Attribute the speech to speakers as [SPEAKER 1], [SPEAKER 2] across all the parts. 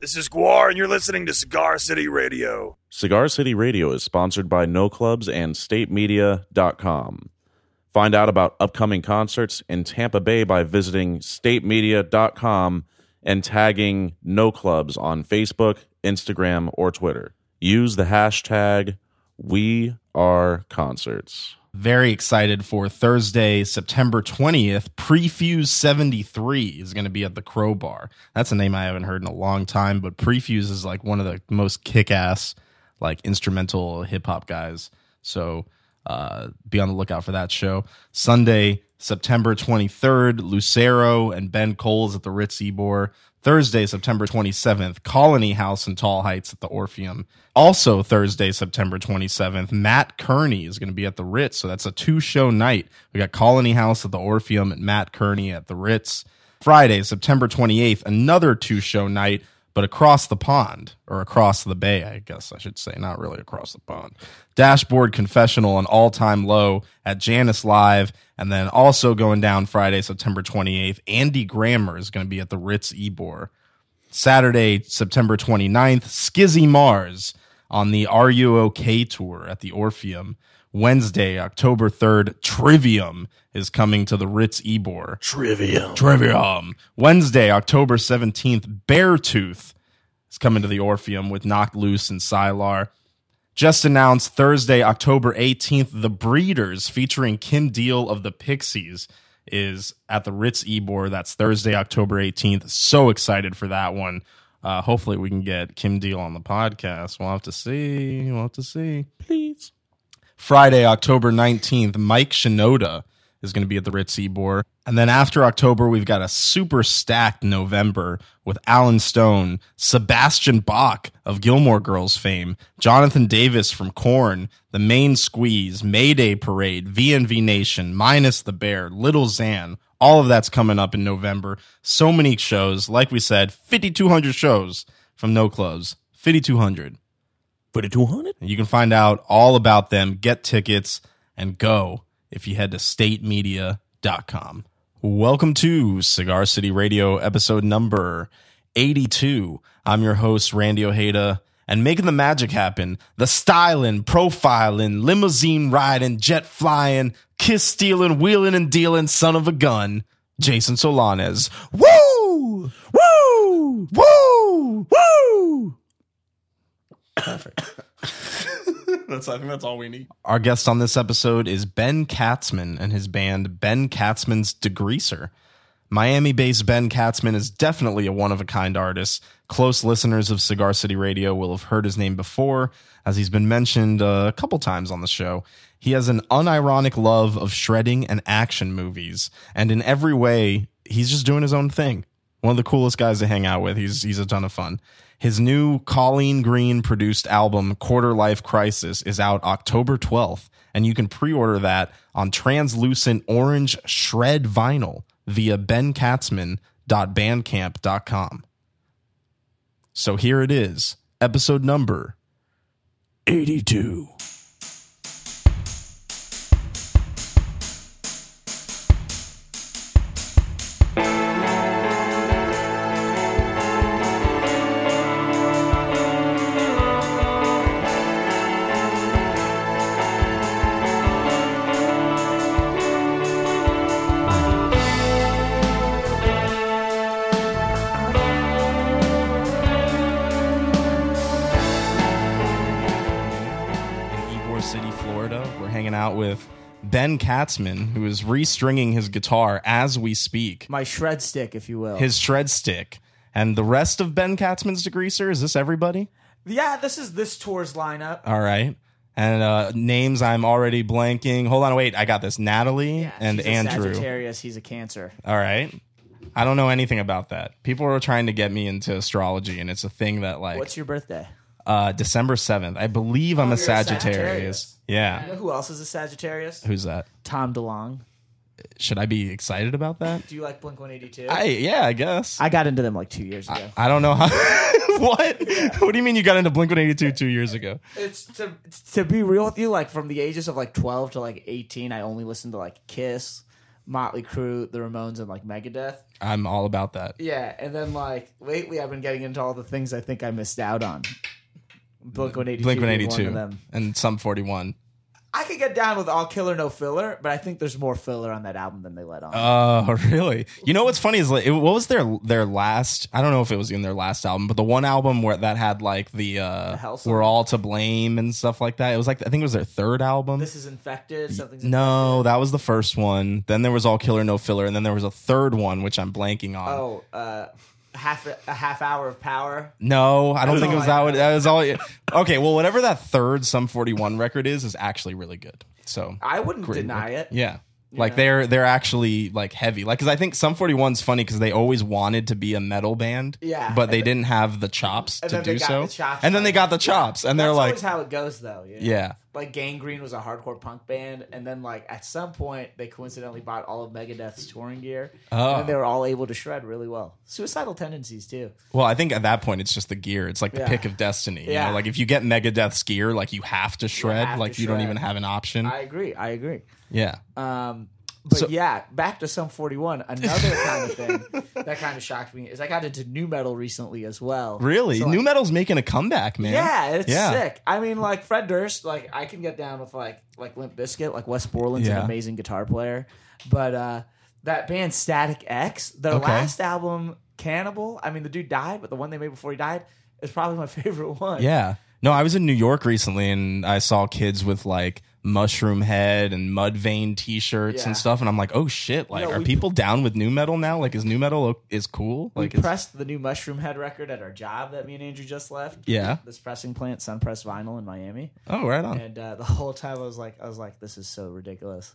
[SPEAKER 1] This is Guar, and you're listening to Cigar City Radio.
[SPEAKER 2] Cigar City Radio is sponsored by No Clubs and StateMedia.com. Find out about upcoming concerts in Tampa Bay by visiting StateMedia.com and tagging No Clubs on Facebook, Instagram, or Twitter. Use the hashtag We Are Concerts.
[SPEAKER 3] Very excited for Thursday, September 20th. Prefuse 73 is going to be at the Crowbar. That's a name I haven't heard in a long time, but Prefuse is like one of the most kick ass, like instrumental hip hop guys. So uh, be on the lookout for that show. Sunday, September 23rd, Lucero and Ben Coles at the Ritz Ebor. Thursday, September 27th, Colony House in Tall Heights at the Orpheum. Also, Thursday, September 27th, Matt Kearney is going to be at the Ritz. So that's a two show night. We got Colony House at the Orpheum and Matt Kearney at the Ritz. Friday, September 28th, another two show night, but across the pond or across the bay, I guess I should say, not really across the pond. Dashboard Confessional, an all time low at Janice Live. And then also going down Friday, September 28th, Andy Grammer is going to be at the Ritz Ebor. Saturday, September 29th, Skizzy Mars on the Are You OK tour at the Orpheum. Wednesday, October 3rd, Trivium is coming to the Ritz Ebor.
[SPEAKER 1] Trivia.
[SPEAKER 3] Trivium. Wednesday, October 17th, Beartooth is coming to the Orpheum with Knocked Loose and Sylar. Just announced Thursday, October 18th, The Breeders featuring Kim Deal of the Pixies is at the Ritz Ebor. That's Thursday, October 18th. So excited for that one. Uh, hopefully, we can get Kim Deal on the podcast. We'll have to see. We'll have to see.
[SPEAKER 2] Please.
[SPEAKER 3] Friday, October 19th, Mike Shinoda is going to be at the Ritz Ebor. And then after October, we've got a super stacked November with Alan Stone, Sebastian Bach of Gilmore Girls fame, Jonathan Davis from Korn, The Main Squeeze, Mayday Parade, VNV Nation, Minus the Bear, Little Xan. All of that's coming up in November. So many shows. Like we said, 5,200 shows from No Clubs. 5,200.
[SPEAKER 2] 4200?
[SPEAKER 3] And You can find out all about them, get tickets, and go if you head to statemedia.com. Welcome to Cigar City Radio, episode number 82. I'm your host, Randy Ojeda, and making the magic happen the styling, profiling, limousine riding, jet flying, kiss stealing, wheeling and dealing, son of a gun, Jason Solanes. Woo! Woo! Woo! Woo! that's I think that's all we need. Our guest on this episode is Ben Katzman and his band Ben Katzman's Degreaser. Miami-based Ben Katzman is definitely a one-of-a-kind artist. Close listeners of Cigar City Radio will have heard his name before, as he's been mentioned uh, a couple times on the show. He has an unironic love of shredding and action movies, and in every way, he's just doing his own thing one of the coolest guys to hang out with. He's he's a ton of fun. His new Colleen Green produced album Quarter Life Crisis is out October 12th and you can pre-order that on translucent orange shred vinyl via benkatzman.bandcamp.com. So here it is, episode number
[SPEAKER 1] 82.
[SPEAKER 3] in Ybor City, Florida. We're hanging out with Ben Katzman, who is restringing his guitar as we speak.
[SPEAKER 4] my shred stick, if you will.
[SPEAKER 3] his shred stick and the rest of Ben Katzman's degreaser. Is this everybody?
[SPEAKER 4] yeah, this is this tour's lineup.
[SPEAKER 3] All right. And uh, names I'm already blanking. Hold on, wait. I got this. Natalie
[SPEAKER 4] Yeah,
[SPEAKER 3] and
[SPEAKER 4] she's a
[SPEAKER 3] Andrew.
[SPEAKER 4] Sagittarius, he's a Cancer.
[SPEAKER 3] All right. I don't know anything about that. People are trying to get me into astrology, and it's a thing that like
[SPEAKER 4] What's your birthday?
[SPEAKER 3] uh, December seventh. I believe I'm a
[SPEAKER 4] you're a
[SPEAKER 3] Sagittarius.
[SPEAKER 4] Sagittarius.
[SPEAKER 3] Yeah.
[SPEAKER 4] You know who else is a Sagittarius?
[SPEAKER 3] Who's that?
[SPEAKER 4] Tom DeLong.
[SPEAKER 3] Should I be excited about that?
[SPEAKER 4] Do you like Blink 182?
[SPEAKER 3] I yeah, I guess. I,
[SPEAKER 4] I got into them like two years ago.
[SPEAKER 3] don't know how. what? What do you mean you got into Blink One Eighty Two two years ago?
[SPEAKER 4] it's to to be real with you, like from the ages of like 12 to like 18, I only listened to like Kiss, Motley Crue, The Ramones, and like Megadeth.
[SPEAKER 3] I'm all about that.
[SPEAKER 4] Yeah, and then like lately, I've been getting into all the things I think I missed out on. Blink One Eighty Two.
[SPEAKER 3] Blink
[SPEAKER 4] Blink One Eighty
[SPEAKER 3] 182
[SPEAKER 4] Two.
[SPEAKER 3] and some 41.
[SPEAKER 4] I could get down with All Killer No Filler, but I think there's more filler on that album than they let on.
[SPEAKER 3] Oh, really? You know what's funny is like, it, what was their their last? I don't know if it was in their last album, but the one album where that had like the
[SPEAKER 4] The
[SPEAKER 3] uh,
[SPEAKER 4] Hell song.
[SPEAKER 3] "We're All to Blame" and stuff like that. It was like I think it was their third album.
[SPEAKER 4] this is infected. Something's
[SPEAKER 3] No, that was the first one. Then there was "All Killer No Filler," and then there was a third one which I'm blanking on.
[SPEAKER 4] Oh, uh, half a, a half hour of power.
[SPEAKER 3] No, I don't
[SPEAKER 4] That's
[SPEAKER 3] think it
[SPEAKER 4] all
[SPEAKER 3] was
[SPEAKER 4] I
[SPEAKER 3] that.
[SPEAKER 4] know.
[SPEAKER 3] One. That was all. Okay, well, whatever that third Sum 41 record is is actually really good. So
[SPEAKER 4] I wouldn't deny it.
[SPEAKER 3] Yeah. Like
[SPEAKER 4] Yeah.
[SPEAKER 3] they're they're actually like heavy. Like cuz I think Sum 41's funny cuz they always wanted to be a metal band.
[SPEAKER 4] Yeah.
[SPEAKER 3] But they didn't have the chops
[SPEAKER 4] and
[SPEAKER 3] to
[SPEAKER 4] then they
[SPEAKER 3] do
[SPEAKER 4] got
[SPEAKER 3] so.
[SPEAKER 4] the chops.
[SPEAKER 3] and then they got the chops and they're
[SPEAKER 4] That's
[SPEAKER 3] like
[SPEAKER 4] always how it goes, though. you know?
[SPEAKER 3] yeah.
[SPEAKER 4] Like Gangrene was a hardcore punk band, and then like at some point they coincidentally bought all of Megadeth's touring gear,
[SPEAKER 3] Oh.
[SPEAKER 4] and then they were all able to shred really well. Suicidal tendencies too.
[SPEAKER 3] Well, I think at that point it's just the gear. It's like the
[SPEAKER 4] Yeah.
[SPEAKER 3] pick of destiny. You
[SPEAKER 4] Yeah.
[SPEAKER 3] know, like if you get Megadeth's gear, like you have to shred.
[SPEAKER 4] have to
[SPEAKER 3] like you don't
[SPEAKER 4] shred.
[SPEAKER 3] even have an option.
[SPEAKER 4] I agree. I agree.
[SPEAKER 3] yeah.
[SPEAKER 4] Um, but
[SPEAKER 3] So-
[SPEAKER 4] yeah, back to some 41. Another kind of thing that kind of shocked me is I got into new metal recently as well.
[SPEAKER 3] Really?
[SPEAKER 4] So, like,
[SPEAKER 3] New metal's making a comeback, man.
[SPEAKER 4] Yeah, it's
[SPEAKER 3] Yeah.
[SPEAKER 4] sick. I mean, like Fred Durst, like I can get down with like like Limp Bizkit, like Wes Borland's
[SPEAKER 3] Yeah.
[SPEAKER 4] an amazing guitar player, but uh that band Static X, their
[SPEAKER 3] Okay.
[SPEAKER 4] last album Cannibal, I mean the dude died, but the one they made before he died is probably my favorite one.
[SPEAKER 3] Yeah. No, I was in New York recently and I saw kids with like mushroom head and mud vein t-shirts
[SPEAKER 4] Yeah.
[SPEAKER 3] and stuff and I'm like, "Oh shit, like
[SPEAKER 4] No,
[SPEAKER 3] are
[SPEAKER 4] we-
[SPEAKER 3] people down with new metal now? Like is new metal o- is cool?" Like
[SPEAKER 4] we
[SPEAKER 3] it's-
[SPEAKER 4] pressed the new Mushroom Head record at our job that me and Andrew just left.
[SPEAKER 3] Yeah.
[SPEAKER 4] This pressing plant, Sun Press Vinyl in Miami.
[SPEAKER 3] Oh, right on.
[SPEAKER 4] And uh, the whole time I was like I was like, this is so ridiculous.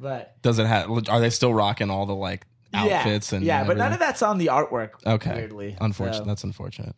[SPEAKER 4] But
[SPEAKER 3] Does it have are they still rocking all the like outfits
[SPEAKER 4] yeah,
[SPEAKER 3] and
[SPEAKER 4] yeah, but
[SPEAKER 3] everything?
[SPEAKER 4] none of that's on the artwork.
[SPEAKER 3] Okay.
[SPEAKER 4] weirdly,
[SPEAKER 3] Unfortunate.
[SPEAKER 4] So,
[SPEAKER 3] That's unfortunate.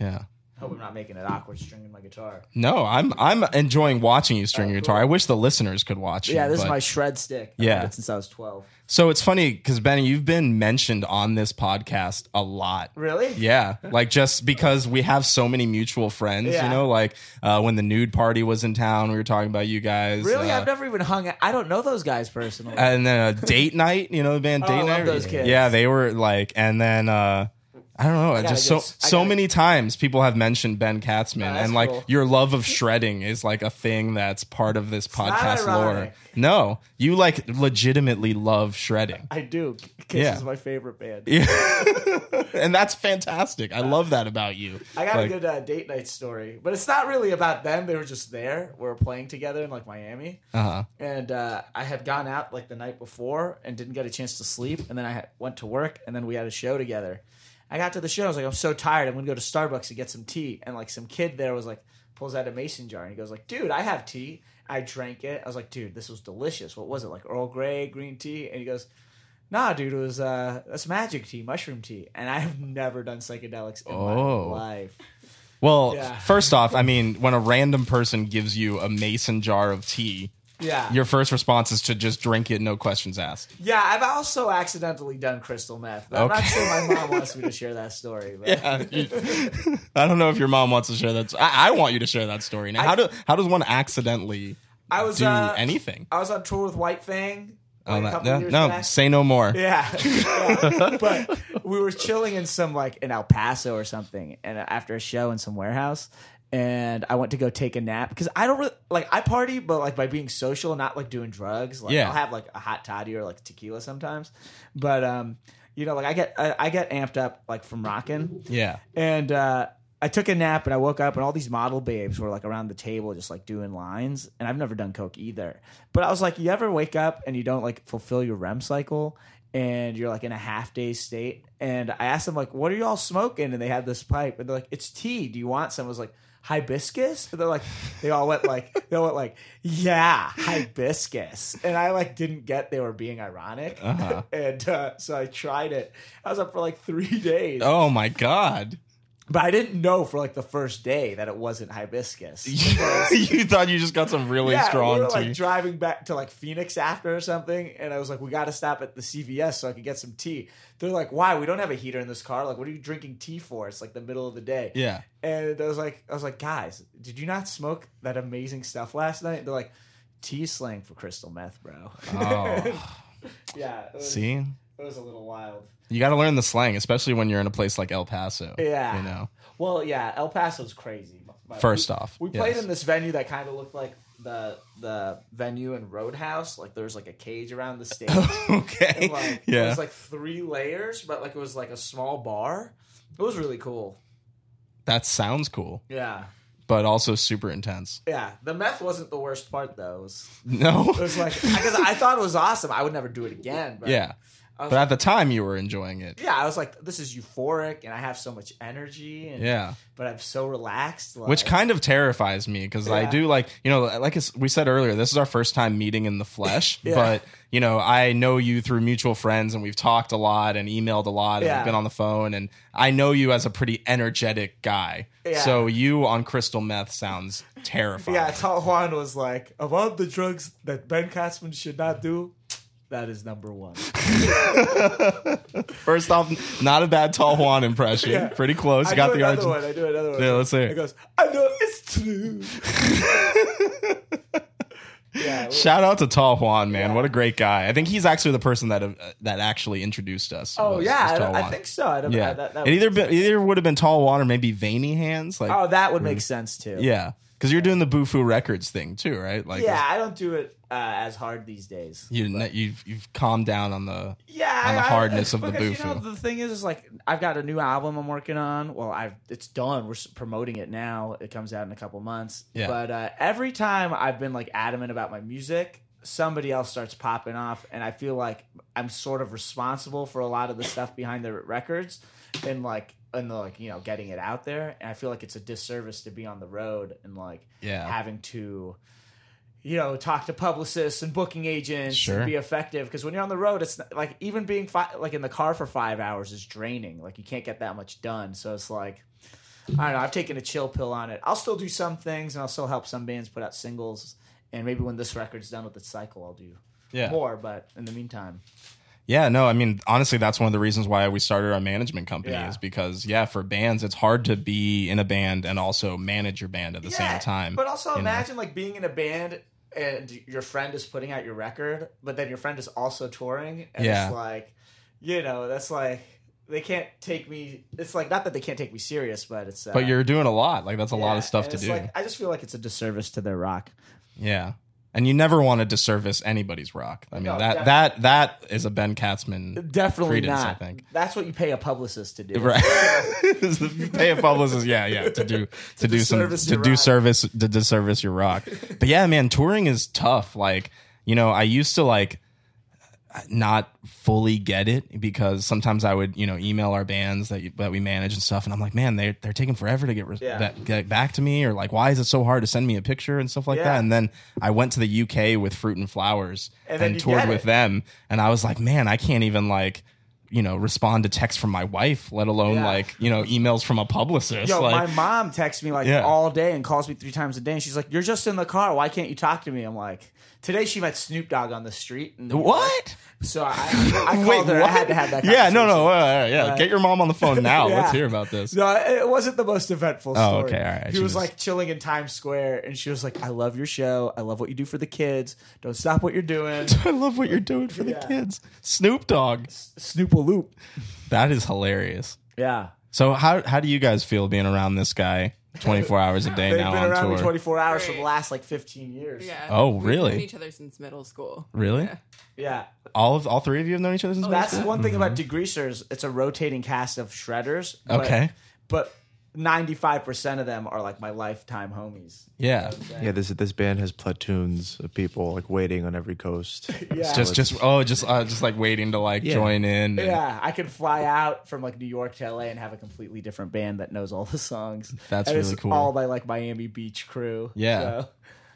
[SPEAKER 3] Yeah.
[SPEAKER 4] hope I'm not making it awkward stringing my guitar.
[SPEAKER 3] No, I'm I'm enjoying watching you string your guitar. I wish the listeners could watch.
[SPEAKER 4] Oh, Yeah,
[SPEAKER 3] you,
[SPEAKER 4] this
[SPEAKER 3] but-
[SPEAKER 4] is my shred stick. I've
[SPEAKER 3] Yeah.
[SPEAKER 4] had it since I was 12.
[SPEAKER 3] So it's funny because Benny, you've been mentioned on this podcast a lot.
[SPEAKER 4] Really?
[SPEAKER 3] Yeah, like just because we have so many mutual friends, you
[SPEAKER 4] Yeah.
[SPEAKER 3] know, like uh, when the nude party was in town, we were talking about you guys.
[SPEAKER 4] Really?
[SPEAKER 3] uh,
[SPEAKER 4] I've never even hung. out. I don't know those guys personally.
[SPEAKER 3] and then uh, date night, you know, the band
[SPEAKER 4] Oh,
[SPEAKER 3] date
[SPEAKER 4] I love
[SPEAKER 3] night.
[SPEAKER 4] those kids.
[SPEAKER 3] Yeah, they were like, and then uh, I don't know,
[SPEAKER 4] gotta
[SPEAKER 3] just
[SPEAKER 4] go
[SPEAKER 3] so
[SPEAKER 4] s- I
[SPEAKER 3] so
[SPEAKER 4] gotta-
[SPEAKER 3] many times people have mentioned Ben Katzman,
[SPEAKER 4] Oh, that's
[SPEAKER 3] and like
[SPEAKER 4] cool.
[SPEAKER 3] your love of shredding is like a thing that's part of this
[SPEAKER 4] not
[SPEAKER 3] podcast lore.
[SPEAKER 4] ironic.
[SPEAKER 3] No, you like legitimately love shredding.
[SPEAKER 4] I do. Kiss
[SPEAKER 3] Yeah.
[SPEAKER 4] is my favorite band.
[SPEAKER 3] and that's fantastic. I love that about you.
[SPEAKER 4] I got
[SPEAKER 3] Like-
[SPEAKER 4] a good uh, date night story, but it's not really about them. They were just there. We were playing together in like Miami.
[SPEAKER 3] Uh-huh.
[SPEAKER 4] and uh, I had gone out like the night before and didn't get a chance to sleep, and then I had, went to work, and then we had a show together. I got to the show, I was like, I'm so tired, I'm gonna go to Starbucks and get some tea, and like some kid there was like, pulls out a mason jar, and he goes like, dude, I have tea. I drank it. I was like, dude, this was delicious. What was it like Earl Grey green tea? And he goes. Nah, dude, it was uh, that's magic tea, mushroom tea, and I have never done psychedelics in
[SPEAKER 3] Oh.
[SPEAKER 4] my life.
[SPEAKER 3] Well,
[SPEAKER 4] Yeah.
[SPEAKER 3] first off, I mean, when a random person gives you a mason jar of tea,
[SPEAKER 4] Yeah,
[SPEAKER 3] your first response is to just drink it, no questions asked.
[SPEAKER 4] yeah. I've also accidentally done crystal meth. But I'm not
[SPEAKER 3] Okay.
[SPEAKER 4] sure my mom wants me to share that story. But.
[SPEAKER 3] I don't know if your mom wants to share that. I, I want you to share that story now. How do how does one accidentally
[SPEAKER 4] I was
[SPEAKER 3] do
[SPEAKER 4] uh,
[SPEAKER 3] anything?
[SPEAKER 4] I was on tour with White Fang.
[SPEAKER 3] Oh,
[SPEAKER 4] Like a
[SPEAKER 3] no,
[SPEAKER 4] couple
[SPEAKER 3] no,
[SPEAKER 4] years
[SPEAKER 3] no,
[SPEAKER 4] back.
[SPEAKER 3] say no more.
[SPEAKER 4] Yeah. Yeah. But we were chilling in some like in El Paso or something and uh, after a show in some warehouse and I went to go take a nap because I don't really like I party but like by being social not like doing drugs like
[SPEAKER 3] Yeah.
[SPEAKER 4] I'll have like a hot toddy or like tequila sometimes but um you know like I get I, I get amped up like from rocking
[SPEAKER 3] Yeah.
[SPEAKER 4] and uh, I took a nap and I woke up and all these model babes were like around the table just like doing lines. And I've never done coke either. But I was like, you ever wake up and you don't like fulfill your REM cycle and you're like in a half day state? And I asked them like, what are you all smoking? And they had this pipe and they're like, it's tea. Do you want some? I was like, hibiscus? And they're like, they all went like, they all went like, yeah, hibiscus. And I like didn't get they were being ironic.
[SPEAKER 3] Uh-huh.
[SPEAKER 4] And uh, so I tried it. I was up for like three days.
[SPEAKER 3] Oh my god.
[SPEAKER 4] But I didn't know for like the first day that it wasn't hibiscus.
[SPEAKER 3] you thought you just got some really
[SPEAKER 4] yeah,
[SPEAKER 3] strong
[SPEAKER 4] we were
[SPEAKER 3] tea.
[SPEAKER 4] like driving back to like Phoenix after or something, and I was like, "We got to stop at the CVS so I could get some tea." They're like, "Why? We don't have a heater in this car. Like, what are you drinking tea for? It's like the middle of the day."
[SPEAKER 3] yeah.
[SPEAKER 4] And I was like, "I was like, guys, did you not smoke that amazing stuff last night?" They're like, "Tea slang for crystal meth, bro."
[SPEAKER 3] Oh.
[SPEAKER 4] yeah. It was,
[SPEAKER 3] See,
[SPEAKER 4] it was a little wild.
[SPEAKER 3] you got to learn the slang, especially when you're in a place like El Paso.
[SPEAKER 4] Yeah.
[SPEAKER 3] you know.
[SPEAKER 4] Well, yeah, El Paso's crazy. My-
[SPEAKER 3] First
[SPEAKER 4] we-
[SPEAKER 3] off,
[SPEAKER 4] we played
[SPEAKER 3] yes.
[SPEAKER 4] in this venue that kind of looked like the the venue in Roadhouse. Like there was like a cage around the stage.
[SPEAKER 3] okay.
[SPEAKER 4] And, like, It
[SPEAKER 3] yeah,
[SPEAKER 4] was like three layers, but like it was like a small bar. It was really cool.
[SPEAKER 3] that sounds cool,
[SPEAKER 4] Yeah.
[SPEAKER 3] but also super intense.
[SPEAKER 4] Yeah. The meth wasn't the worst part though. It was,
[SPEAKER 3] No.
[SPEAKER 4] it was like because I thought it was awesome. I would never do it again. But
[SPEAKER 3] yeah,
[SPEAKER 4] I was
[SPEAKER 3] but at the time you were enjoying it.
[SPEAKER 4] yeah, I was like, this is euphoric, and I have so much energy, and,
[SPEAKER 3] Yeah.
[SPEAKER 4] but I'm so relaxed. Like,
[SPEAKER 3] Which kind of terrifies me because I
[SPEAKER 4] Yeah.
[SPEAKER 3] do like, you know, like it's- we said earlier, this is our first time meeting in the flesh.
[SPEAKER 4] Yeah.
[SPEAKER 3] But, you know, I know you through mutual friends and we've talked a lot and emailed a lot and
[SPEAKER 4] Yeah.
[SPEAKER 3] we've been on the phone. And I know you as a pretty energetic guy.
[SPEAKER 4] Yeah.
[SPEAKER 3] So you on crystal meth sounds terrifying.
[SPEAKER 4] Yeah, I thought Juan was like, of all the drugs that Ben Katzman should not do, that is number one.
[SPEAKER 3] First off, not a bad Tall Juan impression.
[SPEAKER 4] Yeah.
[SPEAKER 3] Pretty close.
[SPEAKER 4] I
[SPEAKER 3] Got
[SPEAKER 4] do
[SPEAKER 3] the
[SPEAKER 4] another
[SPEAKER 3] origin.
[SPEAKER 4] one. I do another one.
[SPEAKER 3] Yeah, let's hear it.
[SPEAKER 4] It goes, I know it's true. yeah, it was-
[SPEAKER 3] Shout out to Tall Juan, man.
[SPEAKER 4] Yeah.
[SPEAKER 3] What a great guy. I think he's actually the person that uh, that actually introduced us.
[SPEAKER 4] Oh
[SPEAKER 3] was-
[SPEAKER 4] yeah,
[SPEAKER 3] was Tall
[SPEAKER 4] I, I
[SPEAKER 3] Juan.
[SPEAKER 4] think so. I don't,
[SPEAKER 3] Yeah,
[SPEAKER 4] I, that, that
[SPEAKER 3] it
[SPEAKER 4] would-
[SPEAKER 3] either been, either would have been Tall Juan or maybe Veiny Hands. Like,
[SPEAKER 4] oh, that would make sense too.
[SPEAKER 3] Mm-hmm. yeah, because you're doing the Bufu Records thing too, right? Like,
[SPEAKER 4] yeah. I don't do it uh, as hard these days.
[SPEAKER 3] you you've you've calmed down on the
[SPEAKER 4] yeah,
[SPEAKER 3] on the
[SPEAKER 4] I- I-
[SPEAKER 3] hardness of the
[SPEAKER 4] because, You know,
[SPEAKER 3] boofoo.
[SPEAKER 4] the thing is, is like I've got a new album I'm working on. Well, I've it's done. We're s- promoting it now. It comes out in a couple months.
[SPEAKER 3] Yeah.
[SPEAKER 4] But uh, every time I've been like adamant about my music, somebody else starts popping off, and I feel like I'm sort of responsible for a lot of the stuff behind the records, and like and the, like you know getting it out there. And I feel like it's a disservice to be on the road and like
[SPEAKER 3] yeah
[SPEAKER 4] having to you know talk to publicists and booking agents
[SPEAKER 3] Sure.
[SPEAKER 4] and be effective because when you're on the road it's not, like even being fi- like in the car for five hours is draining like you can't get that much done so it's like i don't know i've taken a chill pill on it i'll still do some things and i'll still help some bands put out singles and maybe when this record's done with its cycle i'll do
[SPEAKER 3] yeah
[SPEAKER 4] more but in the meantime
[SPEAKER 3] yeah. No, I mean honestly, that's one of the reasons why we started our management company
[SPEAKER 4] Yeah.
[SPEAKER 3] is because yeah, for bands, it's hard to be in a band and also manage your band at the
[SPEAKER 4] Yeah,
[SPEAKER 3] same time.
[SPEAKER 4] But also
[SPEAKER 3] you know?
[SPEAKER 4] imagine like being in a band and your friend is putting out your record, but then your friend is also touring, and
[SPEAKER 3] Yeah.
[SPEAKER 4] it's like, you know, that's like they can't take me. It's like not that they can't take me serious, but it's uh,
[SPEAKER 3] but you're doing a lot. Like that's a lot
[SPEAKER 4] yeah,
[SPEAKER 3] of stuff
[SPEAKER 4] and
[SPEAKER 3] to
[SPEAKER 4] it's
[SPEAKER 3] do.
[SPEAKER 4] Like, I just feel like it's a disservice to their rock.
[SPEAKER 3] Yeah. And you never want to disservice anybody's rock. I mean
[SPEAKER 4] No,
[SPEAKER 3] that
[SPEAKER 4] definitely.
[SPEAKER 3] that that is a Ben Katzman
[SPEAKER 4] Definitely
[SPEAKER 3] Credence, I
[SPEAKER 4] not.
[SPEAKER 3] think.
[SPEAKER 4] That's what you pay a publicist to do.
[SPEAKER 3] right. you pay a publicist, yeah, yeah, to do to, do some
[SPEAKER 4] disservice
[SPEAKER 3] to
[SPEAKER 4] your
[SPEAKER 3] do
[SPEAKER 4] rock.
[SPEAKER 3] service to disservice your rock. but yeah, man, touring is tough. Like you know, I used to like not fully get it because sometimes I would you know email our bands that you, that we manage and stuff, and I'm like, man, they're they're taking forever to get, re-
[SPEAKER 4] Yeah.
[SPEAKER 3] that, get back to me, or like, why is it so hard to send me a picture and stuff like
[SPEAKER 4] Yeah.
[SPEAKER 3] that? And then I went to the UK with Fruit and Flowers
[SPEAKER 4] And
[SPEAKER 3] and,
[SPEAKER 4] then you get
[SPEAKER 3] toured
[SPEAKER 4] it.
[SPEAKER 3] with them, and I was like, man, I can't even like you know respond to text from my wife, let alone
[SPEAKER 4] Yeah.
[SPEAKER 3] like you know emails from a publicist.
[SPEAKER 4] Yo,
[SPEAKER 3] like,
[SPEAKER 4] my mom texts me like
[SPEAKER 3] Yeah.
[SPEAKER 4] all day and calls me three times a day, and she's like, "You're just in the car. Why can't you talk to me?" I'm like, "Today she met Snoop Dogg on the street." And
[SPEAKER 3] what?
[SPEAKER 4] So I, I called her. I had to have that.
[SPEAKER 3] Yeah, no,
[SPEAKER 4] conversation.
[SPEAKER 3] no, uh, yeah.
[SPEAKER 4] Right.
[SPEAKER 3] Get your mom on the phone now.
[SPEAKER 4] Yeah.
[SPEAKER 3] Let's hear about this.
[SPEAKER 4] No, it wasn't the most eventful story.
[SPEAKER 3] okay, all right.
[SPEAKER 4] He
[SPEAKER 3] She
[SPEAKER 4] was
[SPEAKER 3] was-
[SPEAKER 4] like chilling in Times Square, and she was like, "I love your show. I love what you do for the kids. Don't stop what you're doing."
[SPEAKER 3] I love what you're doing for the
[SPEAKER 4] Yeah.
[SPEAKER 3] kids. Snoop Dogg.
[SPEAKER 4] Snoop a loop.
[SPEAKER 3] That is hilarious.
[SPEAKER 4] Yeah,
[SPEAKER 3] So how how do you guys feel being around this guy 24 hours a day
[SPEAKER 4] they've
[SPEAKER 3] now
[SPEAKER 4] been
[SPEAKER 3] on
[SPEAKER 4] around
[SPEAKER 3] tour?
[SPEAKER 4] me 24 hours for the
[SPEAKER 5] Great.
[SPEAKER 4] last like 15 years.
[SPEAKER 5] Yeah.
[SPEAKER 3] Oh,
[SPEAKER 5] We've
[SPEAKER 3] really?
[SPEAKER 5] known each other since middle school.
[SPEAKER 3] Really?
[SPEAKER 5] Yeah.
[SPEAKER 4] yeah. Oh,
[SPEAKER 3] All of all three of you have known each other since
[SPEAKER 4] That's
[SPEAKER 3] high school?
[SPEAKER 4] one thing about degreasers. It's a rotating cast of shredders. but-
[SPEAKER 3] Okay.
[SPEAKER 4] but 95% of them are like my lifetime homies.
[SPEAKER 3] Yeah.
[SPEAKER 6] Yeah, this this band has platoons of people like waiting on every coast.
[SPEAKER 4] Yeah.
[SPEAKER 3] Just just oh just uh, just like waiting to like join in. and-
[SPEAKER 4] Yeah, I could fly out from like New York to LA and have a completely different band that knows all the songs.
[SPEAKER 3] That's
[SPEAKER 4] and it's
[SPEAKER 3] really cool.
[SPEAKER 4] All by like Miami Beach crew.
[SPEAKER 3] Yeah.
[SPEAKER 4] So-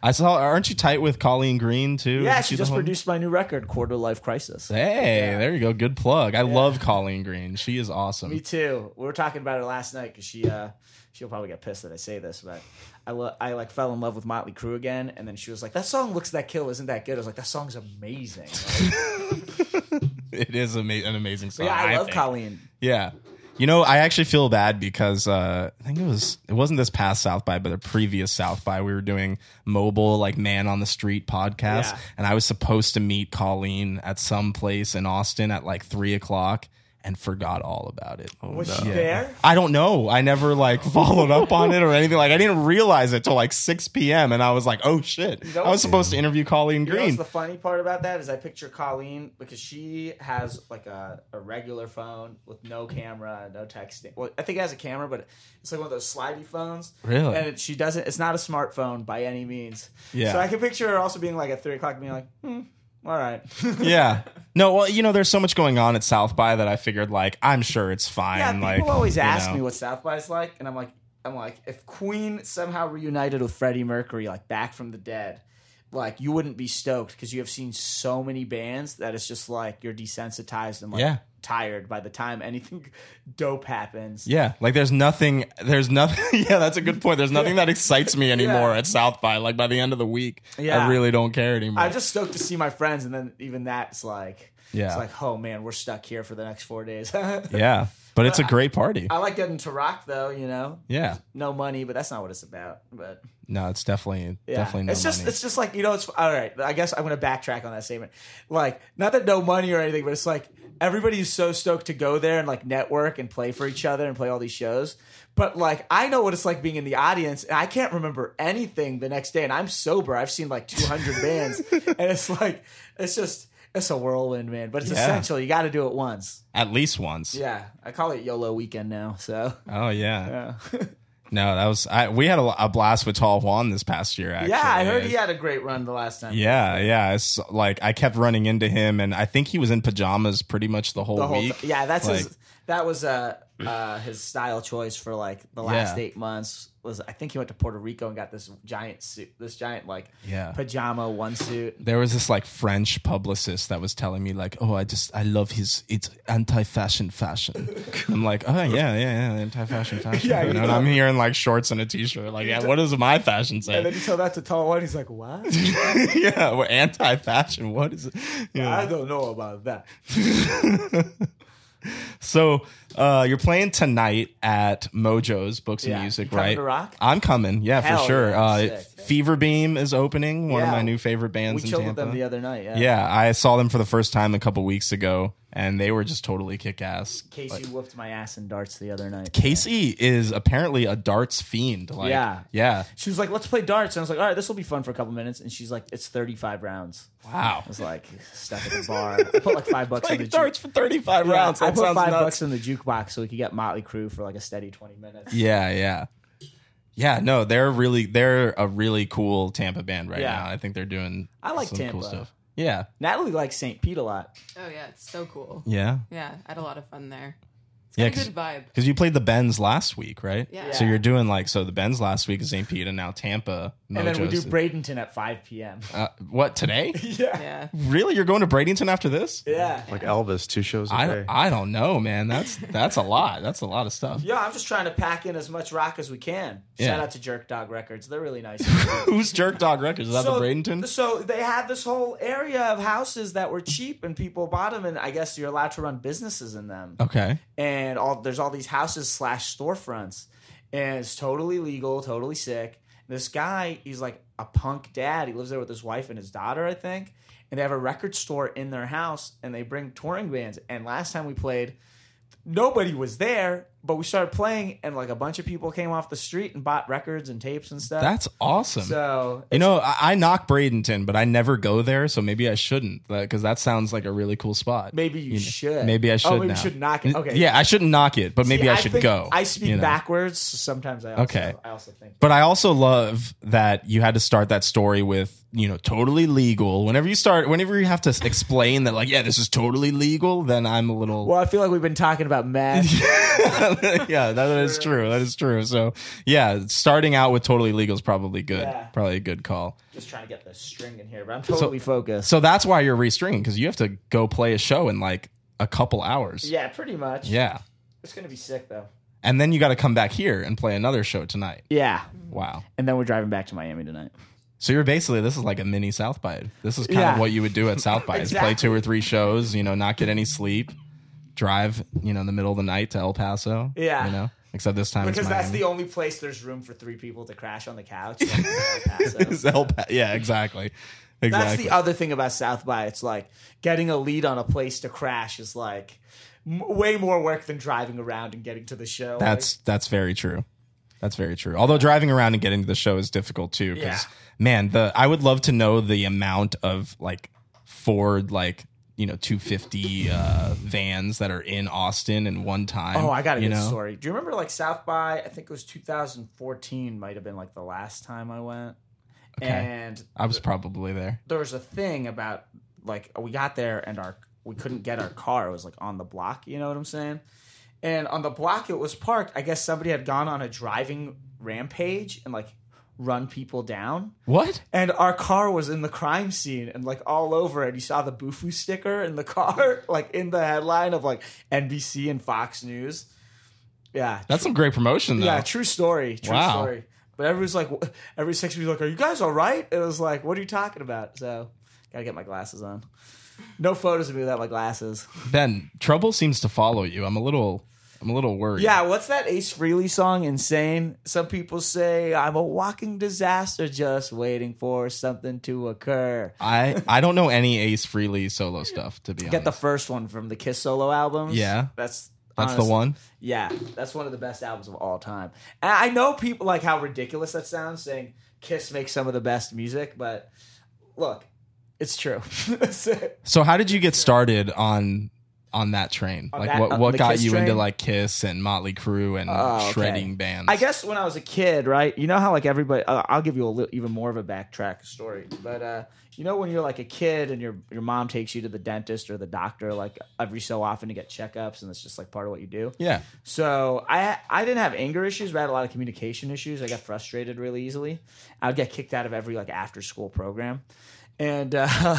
[SPEAKER 3] I saw aren't you tight with Colleen Green too?
[SPEAKER 4] Yeah,
[SPEAKER 3] Isn't
[SPEAKER 4] she
[SPEAKER 3] the
[SPEAKER 4] just
[SPEAKER 3] homie?
[SPEAKER 4] produced my new record, Quarter Life Crisis.
[SPEAKER 3] Hey, there you go. Good plug. I love Colleen Green. She is awesome.
[SPEAKER 4] Me too. We were talking about her last night because she uh she'll probably get pissed that I say this, but I lo- I like fell in love with Motley Crue again, and then she was like, "That song looks that kill, isn't that good?" I was like, "That song's amazing." Like,
[SPEAKER 3] It is ama- an amazing song.
[SPEAKER 4] yeah, I, love
[SPEAKER 3] think.
[SPEAKER 4] Colleen.
[SPEAKER 3] Yeah. You know, I actually feel bad because uh, I think it was it wasn't this past South by, but a previous South by. We were doing mobile like man on the street podcast,
[SPEAKER 4] Yeah.
[SPEAKER 3] and I was supposed to meet Colleen at some place in Austin at like three o'clock, and forgot all about it. Oh,
[SPEAKER 4] Was she there?
[SPEAKER 3] I don't know. I never like followed up on it or anything. Like I didn't realize it till like six p.m. and I was like, oh shit!
[SPEAKER 4] know
[SPEAKER 3] I was
[SPEAKER 4] what's-
[SPEAKER 3] supposed to interview Colleen
[SPEAKER 4] You know what's
[SPEAKER 3] Green.
[SPEAKER 4] the funny part about that is I picture Colleen because she has like a, a regular phone with no camera, no texting. Well, I think it has a camera, but it's like one of those slidey phones.
[SPEAKER 3] Really?
[SPEAKER 4] And it, she doesn't. It's not a smartphone by any means.
[SPEAKER 3] Yeah.
[SPEAKER 4] So I can picture her also being like at three o'clock, being like, hmm, all right.
[SPEAKER 3] yeah. No, well, you know, there's so much going on at South by that I figured like I'm sure it's fine.
[SPEAKER 4] yeah.
[SPEAKER 3] like,
[SPEAKER 4] People always
[SPEAKER 3] you
[SPEAKER 4] ask
[SPEAKER 3] know.
[SPEAKER 4] me what South by is like, and I'm like, I'm like, if Queen somehow reunited with Freddie Mercury, like back from the dead. Like you wouldn't be stoked because you have seen so many bands that it's just like you're desensitized and like
[SPEAKER 3] Yeah.
[SPEAKER 4] tired by the time anything dope happens.
[SPEAKER 3] Yeah, like there's nothing. There's nothing. Yeah, that's a good point. There's nothing that excites me anymore
[SPEAKER 4] Yeah.
[SPEAKER 3] at South by. Like by the end of the week, I
[SPEAKER 4] Yeah.
[SPEAKER 3] really don't care anymore.
[SPEAKER 4] I'm just stoked to see my friends, and then even that's like,
[SPEAKER 3] Yeah.
[SPEAKER 4] it's like, oh man, we're stuck here for the next four days. I
[SPEAKER 3] yeah, but it's a great party.
[SPEAKER 4] like getting to rock though, you know,
[SPEAKER 3] yeah,
[SPEAKER 4] no money, but that's not what it's about. But
[SPEAKER 3] no, it's definitely
[SPEAKER 4] Yeah.
[SPEAKER 3] definitely no
[SPEAKER 4] it's just
[SPEAKER 3] money.
[SPEAKER 4] it's just like you know it's all right. I guess I'm gonna backtrack on that statement. Like not that no money or anything, but it's like everybody's so stoked to go there and like network and play for each other and play all these shows. But like I know what it's like being in the audience, and I can't remember anything the next day, and I'm sober. I've seen like 200 bands, and it's like it's just it's a whirlwind, man. But it's
[SPEAKER 3] Yeah.
[SPEAKER 4] essential. You got to do it once.
[SPEAKER 3] At least once.
[SPEAKER 4] Yeah, I call it YOLO weekend now. So
[SPEAKER 3] Oh yeah.
[SPEAKER 4] yeah,
[SPEAKER 3] No, that was I. We had a, a blast with Tall Juan this past year. Actually.
[SPEAKER 4] yeah. I heard he had a great run the last time.
[SPEAKER 3] Yeah, yeah. It's like I kept running into him, and I think he was in pajamas pretty much the whole,
[SPEAKER 4] the whole
[SPEAKER 3] week.
[SPEAKER 4] ti- yeah that's
[SPEAKER 3] Like-
[SPEAKER 4] his that was uh uh his style choice for like the last
[SPEAKER 3] Yeah.
[SPEAKER 4] eight months was i think he went to puerto rico and got this giant suit this giant like
[SPEAKER 3] Yeah.
[SPEAKER 4] pajama one suit
[SPEAKER 3] there was this like French publicist that was telling me like, "Oh, I just I love his it's anti-fashion fashion." I'm like, "Oh yeah, yeah, yeah, anti-fashion fashion."
[SPEAKER 4] Yeah,
[SPEAKER 3] you
[SPEAKER 4] you
[SPEAKER 3] know, and I'm here in like shorts and a t-shirt. Like, yeah, what does my fashion
[SPEAKER 4] and then
[SPEAKER 3] say?
[SPEAKER 4] you tell that to tall one he's like what
[SPEAKER 3] yeah, well, anti-fashion. What is it?
[SPEAKER 4] i
[SPEAKER 3] Yeah.
[SPEAKER 4] don't know about that
[SPEAKER 3] So uh, you're playing tonight at Mojo's Books
[SPEAKER 4] Yeah.
[SPEAKER 3] and Music,
[SPEAKER 4] You coming
[SPEAKER 3] right?
[SPEAKER 4] to rock?
[SPEAKER 3] I'm coming. Yeah, for
[SPEAKER 4] Hell
[SPEAKER 3] sure.
[SPEAKER 4] yeah,
[SPEAKER 3] uh,
[SPEAKER 4] sick.
[SPEAKER 3] Fever Beam is opening. One of
[SPEAKER 4] Yeah.
[SPEAKER 3] my new favorite
[SPEAKER 4] we
[SPEAKER 3] bands in
[SPEAKER 4] chilled
[SPEAKER 3] Tampa.
[SPEAKER 4] with them the other night yeah
[SPEAKER 3] Yeah, I saw them for the first time a couple weeks ago, and they were just totally kick ass.
[SPEAKER 4] casey whooped my ass in darts the other night
[SPEAKER 3] Casey is apparently a darts fiend. Like,
[SPEAKER 4] Yeah.
[SPEAKER 3] yeah,
[SPEAKER 4] she was like let's play darts and i was like all right this will be fun for a couple minutes and she's like it's 35 rounds
[SPEAKER 3] wow.
[SPEAKER 4] i was like stuck at the bar i put like five bucks on the
[SPEAKER 3] Like
[SPEAKER 4] ju-
[SPEAKER 3] darts for thirty five
[SPEAKER 4] Yeah,
[SPEAKER 3] rounds.
[SPEAKER 4] I
[SPEAKER 3] That
[SPEAKER 4] put
[SPEAKER 3] sounds
[SPEAKER 4] five
[SPEAKER 3] nuts.
[SPEAKER 4] bucks in the jukebox so we could get Motley Crue for like a steady twenty minutes.
[SPEAKER 3] Yeah, yeah, yeah. No, they're really they're a really cool Tampa band right
[SPEAKER 4] Yeah.
[SPEAKER 3] now. I think they're doing.
[SPEAKER 4] I like
[SPEAKER 3] some cool
[SPEAKER 4] Tampa.
[SPEAKER 3] stuff. Yeah,
[SPEAKER 4] Natalie likes St. Pete a lot.
[SPEAKER 5] Oh yeah, it's so cool.
[SPEAKER 3] yeah,
[SPEAKER 5] Yeah, I had a lot of fun there. It's
[SPEAKER 3] yeah.
[SPEAKER 5] got a
[SPEAKER 3] Because
[SPEAKER 5] good vibe.
[SPEAKER 3] you played the Bends last week, right?
[SPEAKER 5] Yeah.
[SPEAKER 3] So you're doing like so the Bends last week is St. Pete and now Tampa.
[SPEAKER 4] And then we do
[SPEAKER 3] Mojo's.
[SPEAKER 4] Bradenton at 5 p.m.
[SPEAKER 3] uh, what today?
[SPEAKER 4] yeah.
[SPEAKER 5] Yeah.
[SPEAKER 3] Really, you're going to Bradenton after this?
[SPEAKER 4] Yeah.
[SPEAKER 6] Like Elvis, two shows a
[SPEAKER 3] I,
[SPEAKER 6] day.
[SPEAKER 3] I don't know, man. That's that's a lot. That's a lot of stuff.
[SPEAKER 4] Yeah, I'm just trying to pack in as much rock as we can. Shout
[SPEAKER 3] Yeah.
[SPEAKER 4] out to Jerk Dog Records. They're really nice.
[SPEAKER 3] Who's Jerk Dog Records? Is that the Bradenton?
[SPEAKER 4] So they had this whole area of houses that were cheap and people bought them, and I guess you're allowed to run businesses in them.
[SPEAKER 3] Okay.
[SPEAKER 4] and all there's all these houses slash storefronts, and it's totally legal, totally sick. This guy, he's like a punk dad. He lives there with his wife and his daughter, I think. And they have a record store in their house, and they bring touring bands. And last time we played, nobody was there, but we started playing, and like a bunch of people came off the street and bought records and tapes and stuff.
[SPEAKER 3] That's awesome.
[SPEAKER 4] so
[SPEAKER 3] you know, I, I knock Bradenton, but I never go there, so maybe I shouldn't because that sounds like a really cool spot.
[SPEAKER 4] maybe you,
[SPEAKER 3] know,
[SPEAKER 4] should.
[SPEAKER 3] Maybe I should.
[SPEAKER 4] Oh, maybe
[SPEAKER 3] now.
[SPEAKER 4] you should knock it. Okay.
[SPEAKER 3] Yeah, I shouldn't knock it, but maybe
[SPEAKER 4] See,
[SPEAKER 3] I should
[SPEAKER 4] think
[SPEAKER 3] go.
[SPEAKER 4] I speak
[SPEAKER 3] you know?
[SPEAKER 4] backwards. So sometimes I also,
[SPEAKER 3] Okay.
[SPEAKER 4] I also think.
[SPEAKER 3] But I also love that you had to start that story with, you know, totally legal. Whenever you start, whenever you have to explain that, like, yeah, this is totally legal, then I'm a little.
[SPEAKER 4] Well, I feel like we've been talking about mad.
[SPEAKER 3] yeah, that is true. That is true. So, yeah, starting out with totally legal is probably good.
[SPEAKER 4] Yeah.
[SPEAKER 3] Probably a good call.
[SPEAKER 4] just trying to get the string in here, but I'm totally focused.
[SPEAKER 3] So that's why you're restringing because you have to go play a show in like a couple hours.
[SPEAKER 4] yeah, pretty much.
[SPEAKER 3] Yeah.
[SPEAKER 4] It's gonna be sick though.
[SPEAKER 3] And then you got to come back here and play another show tonight.
[SPEAKER 4] Yeah.
[SPEAKER 3] Wow.
[SPEAKER 4] And then we're driving back to Miami tonight.
[SPEAKER 3] So you're basically this is like a mini South by. This is kind
[SPEAKER 4] Yeah.
[SPEAKER 3] of what you would do at South by. is play
[SPEAKER 4] Exactly.
[SPEAKER 3] two or three shows, you know, not get any sleep, drive, you know, in the middle of the night to El Paso.
[SPEAKER 4] Yeah.
[SPEAKER 3] You know, except this time
[SPEAKER 4] because
[SPEAKER 3] it's
[SPEAKER 4] that's
[SPEAKER 3] Miami.
[SPEAKER 4] the only place there's room for three people to crash on the couch. like, in El Paso.
[SPEAKER 3] It's El Pa- yeah, exactly. Exactly.
[SPEAKER 4] That's the other thing about South by. It's like getting a lead on a place to crash is like m- way more work than driving around and getting to the show.
[SPEAKER 3] That's that's very true. That's very true. Although driving around and getting to the show is difficult too. Because
[SPEAKER 4] Yeah.
[SPEAKER 3] man, the I would love to know the amount of like Ford like you know 250 uh, vans that are in Austin in one time.
[SPEAKER 4] Like, oh, I got a
[SPEAKER 3] you
[SPEAKER 4] good
[SPEAKER 3] know?
[SPEAKER 4] story. Do you remember like South by? I think it was 2014. Might have been like the last time I went. And
[SPEAKER 3] I was probably there.
[SPEAKER 4] there was a thing about like we got there and our we couldn't get our car. It was like on the block. You know what I'm saying? And on the block it was parked. I guess somebody had gone on a driving rampage and like run people down.
[SPEAKER 3] What?
[SPEAKER 4] And our car was in the crime scene and like all over it. You saw the Bufu sticker in the car, like in the headline of like NBC and Fox News. Yeah,
[SPEAKER 3] That's some great promotion though.
[SPEAKER 4] yeah, true story. True
[SPEAKER 3] Wow.
[SPEAKER 4] story. But everyone's like, wh- every six weeks, like, are you guys all right? It was like, what are you talking about? So, gotta get my glasses on. No photos of me without my glasses.
[SPEAKER 3] Ben, trouble seems to follow you. I'm a little I'm a little worried.
[SPEAKER 4] Yeah, what's that Ace Frehley song? Insane. Some people say I'm a walking disaster, just waiting for something to occur.
[SPEAKER 3] I I don't know any Ace Freely solo stuff to be honest.
[SPEAKER 4] Get the first one from the Kiss solo albums.
[SPEAKER 3] Yeah.
[SPEAKER 4] that's
[SPEAKER 3] That's
[SPEAKER 4] honestly-
[SPEAKER 3] the one.
[SPEAKER 4] Yeah, that's one of the best albums of all time. And I know people like how ridiculous that sounds saying Kiss makes some of the best music, but look, it's true.
[SPEAKER 3] So how did you get started on on that train?
[SPEAKER 4] On
[SPEAKER 3] like
[SPEAKER 4] that-
[SPEAKER 3] what
[SPEAKER 4] on
[SPEAKER 3] what
[SPEAKER 4] the
[SPEAKER 3] got
[SPEAKER 4] Kiss
[SPEAKER 3] you into
[SPEAKER 4] train?
[SPEAKER 3] like Kiss and Motley Crue and
[SPEAKER 4] Oh, okay.
[SPEAKER 3] shredding bands?
[SPEAKER 4] I guess when I was a kid, right? You know how like everybody. Uh, I'll give you a little, even more of a backtrack story, but uh, you know when you're like a kid and your your mom takes you to the dentist or the doctor like every so often to get checkups, and it's just like part of what you do.
[SPEAKER 3] Yeah.
[SPEAKER 4] So I I didn't have anger issues, but I had a lot of communication issues. I got frustrated really easily. I would get kicked out of every like after school program, and uh,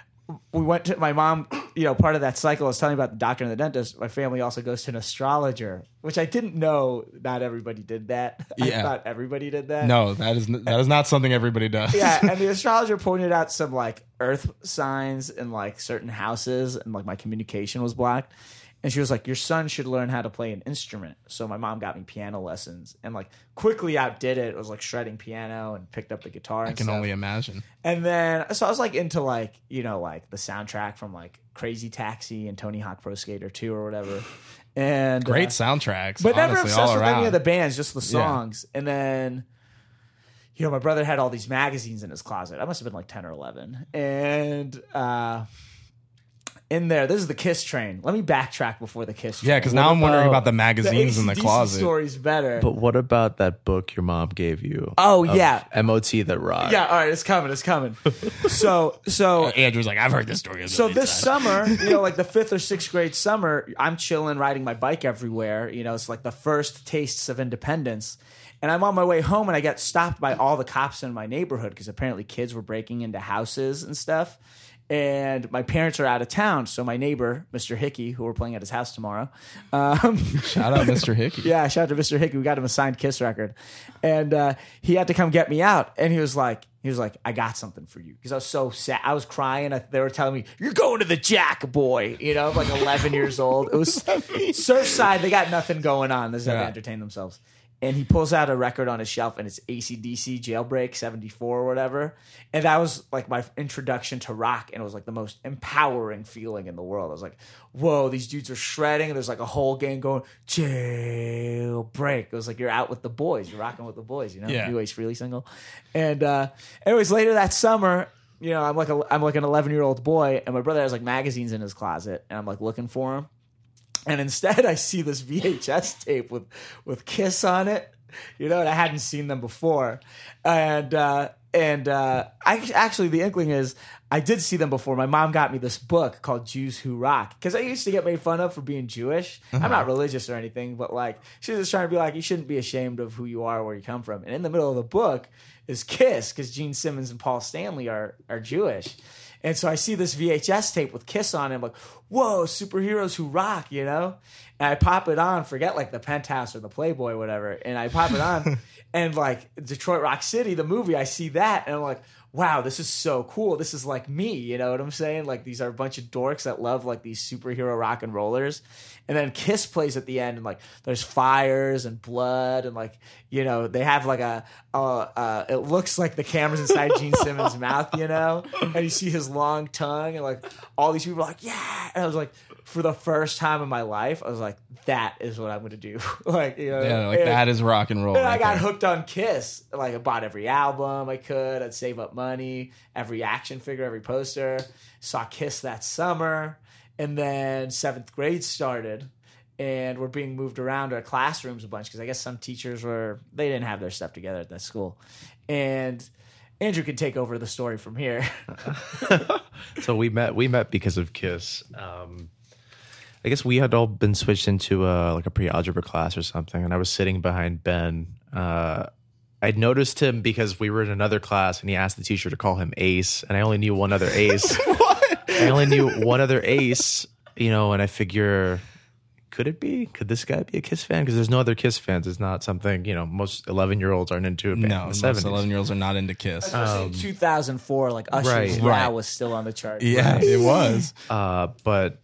[SPEAKER 4] we went to my mom. You know, part of that cycle I was telling you about the doctor and the dentist. My family also goes to an astrologer, which I didn't know. Not everybody did that.
[SPEAKER 3] Yeah.
[SPEAKER 4] I thought everybody did that.
[SPEAKER 3] No, that is n- that is not something everybody does.
[SPEAKER 4] Yeah, and the astrologer pointed out some like earth signs and like certain houses, and like my communication was blocked. And she was like, "Your son should learn how to play an instrument." So my mom got me piano lessons, and like quickly outdid it. It was like shredding piano and picked up the guitar.
[SPEAKER 3] I
[SPEAKER 4] and
[SPEAKER 3] can
[SPEAKER 4] stuff.
[SPEAKER 3] only imagine.
[SPEAKER 4] And then, so I was like into like, you know, like the soundtrack from like Crazy Taxi and Tony Hawk Pro Skater 2 or whatever. And uh,
[SPEAKER 3] Great soundtracks,
[SPEAKER 4] but never
[SPEAKER 3] honestly, all
[SPEAKER 4] obsessed with
[SPEAKER 3] around.
[SPEAKER 4] any of the bands, just the songs. And then, you know, my brother had all these magazines in his closet. I must have been like 10 or 11. And uh, in there, this is the Kiss Train. Let me backtrack before the Kiss Train.
[SPEAKER 3] yeah, because now I'm wondering about the magazines in the
[SPEAKER 4] AC/DC
[SPEAKER 3] closet.
[SPEAKER 4] story's better.
[SPEAKER 6] But what about that book your mom gave you?
[SPEAKER 4] Oh,
[SPEAKER 6] of
[SPEAKER 4] yeah.
[SPEAKER 6] MOT that rock.
[SPEAKER 4] yeah, all right, it's coming, it's coming. so, so
[SPEAKER 3] Andrew's like, I've heard this story. a
[SPEAKER 4] So
[SPEAKER 3] million
[SPEAKER 4] this
[SPEAKER 3] times."
[SPEAKER 4] summer, you know, like the fifth or sixth grade summer, I'm chilling, riding my bike everywhere. You know, it's like the first tastes of independence. And I'm on my way home and I get stopped by all the cops in my neighborhood because apparently kids were breaking into houses and stuff. And my parents are out of town. So my neighbor, Mr. Hickey, who we're playing at his house tomorrow, um,
[SPEAKER 3] shout out Mr. Hickey.
[SPEAKER 4] yeah, shout out to Mr. Hickey. We got him a signed Kiss record, and uh, he had to come get me out. And he was like, he was like, I got something for you because I was so sad. I was crying. I, they were telling me, "You're going to the Jack, boy." You know, I'm like 11 years old. It was Surfside. They got nothing going on. This is how
[SPEAKER 3] Yeah.
[SPEAKER 4] they entertain themselves. And he pulls out a record on his shelf, and it's ACDC Jailbreak '74 or whatever. And that was like my introduction to rock, and it was like the most empowering feeling in the world. I was like, "Whoa, these dudes are shredding!" And there's like a whole gang going Jailbreak. It was like you're out with the boys, you're rocking with the boys, you know.
[SPEAKER 3] Yeah.
[SPEAKER 4] New Age Freely single. And uh, anyways, later that summer, you know, I'm like a, I'm like an 11 year old boy, and my brother has like magazines in his closet, and I'm like looking for him. And instead, I see this VHS tape with with Kiss on it, you know, and I hadn't seen them before. And uh, and uh, I actually, the inkling is I did see them before. My mom got me this book called Jews Who Rock because I used to get made fun of for being Jewish. I'm not religious or anything, but like she was just trying to be like, you shouldn't be ashamed of who you are, where you come from. And in the middle of the book is Kiss because Gene Simmons and Paul Stanley are are Jewish. And so I see this VHS tape with Kiss on it. I'm like, whoa, superheroes who rock, you know? And I pop it on, forget like the penthouse or the Playboy, whatever. And I pop it on, and like Detroit Rock City, the movie, I see that, and I'm like, wow, this is so cool. This is like me, you know what I'm saying? Like these are a bunch of dorks that love like these superhero rock and rollers. And then Kiss plays at the end, and like there's fires and blood, and like you know they have like a, a uh, it looks like the cameras inside Gene Simmons' mouth, you know, and you see his long tongue, and like all these people are like yeah, and I was like for the first time in my life, I was like that is what I'm gonna do, like you know,
[SPEAKER 3] Yeah, like
[SPEAKER 4] and-
[SPEAKER 3] that is rock and roll.
[SPEAKER 4] and I
[SPEAKER 3] right
[SPEAKER 4] got
[SPEAKER 3] there.
[SPEAKER 4] hooked on Kiss. Like I bought every album I could. I'd save up money, every action figure, every poster. Saw Kiss that summer, and then seventh grade started, and we're being moved around our classrooms a bunch because I guess some teachers were they didn't have their stuff together at that school, and Andrew could take over the story from here.
[SPEAKER 6] so we met we met because of kiss um i guess we had all been switched into uh like a pre-algebra class or something and i was sitting behind ben uh I'd noticed him because we were in another class and he asked the teacher to call him Ace, and I only knew one other Ace. I only knew one other Ace, you know, and I figure, could it be? Could this guy be a Kiss fan? Because there's no other Kiss fans. It's not something, you know, most 11 year olds aren't into a band.
[SPEAKER 3] No,
[SPEAKER 6] in the
[SPEAKER 3] most
[SPEAKER 6] 70s.
[SPEAKER 3] 11 year olds are not into Kiss.
[SPEAKER 4] 2004, like Usher's
[SPEAKER 6] Right.
[SPEAKER 3] Um,
[SPEAKER 4] "Wow"
[SPEAKER 3] Right.
[SPEAKER 4] was still on the chart.
[SPEAKER 3] yeah, it was.
[SPEAKER 6] Uh, but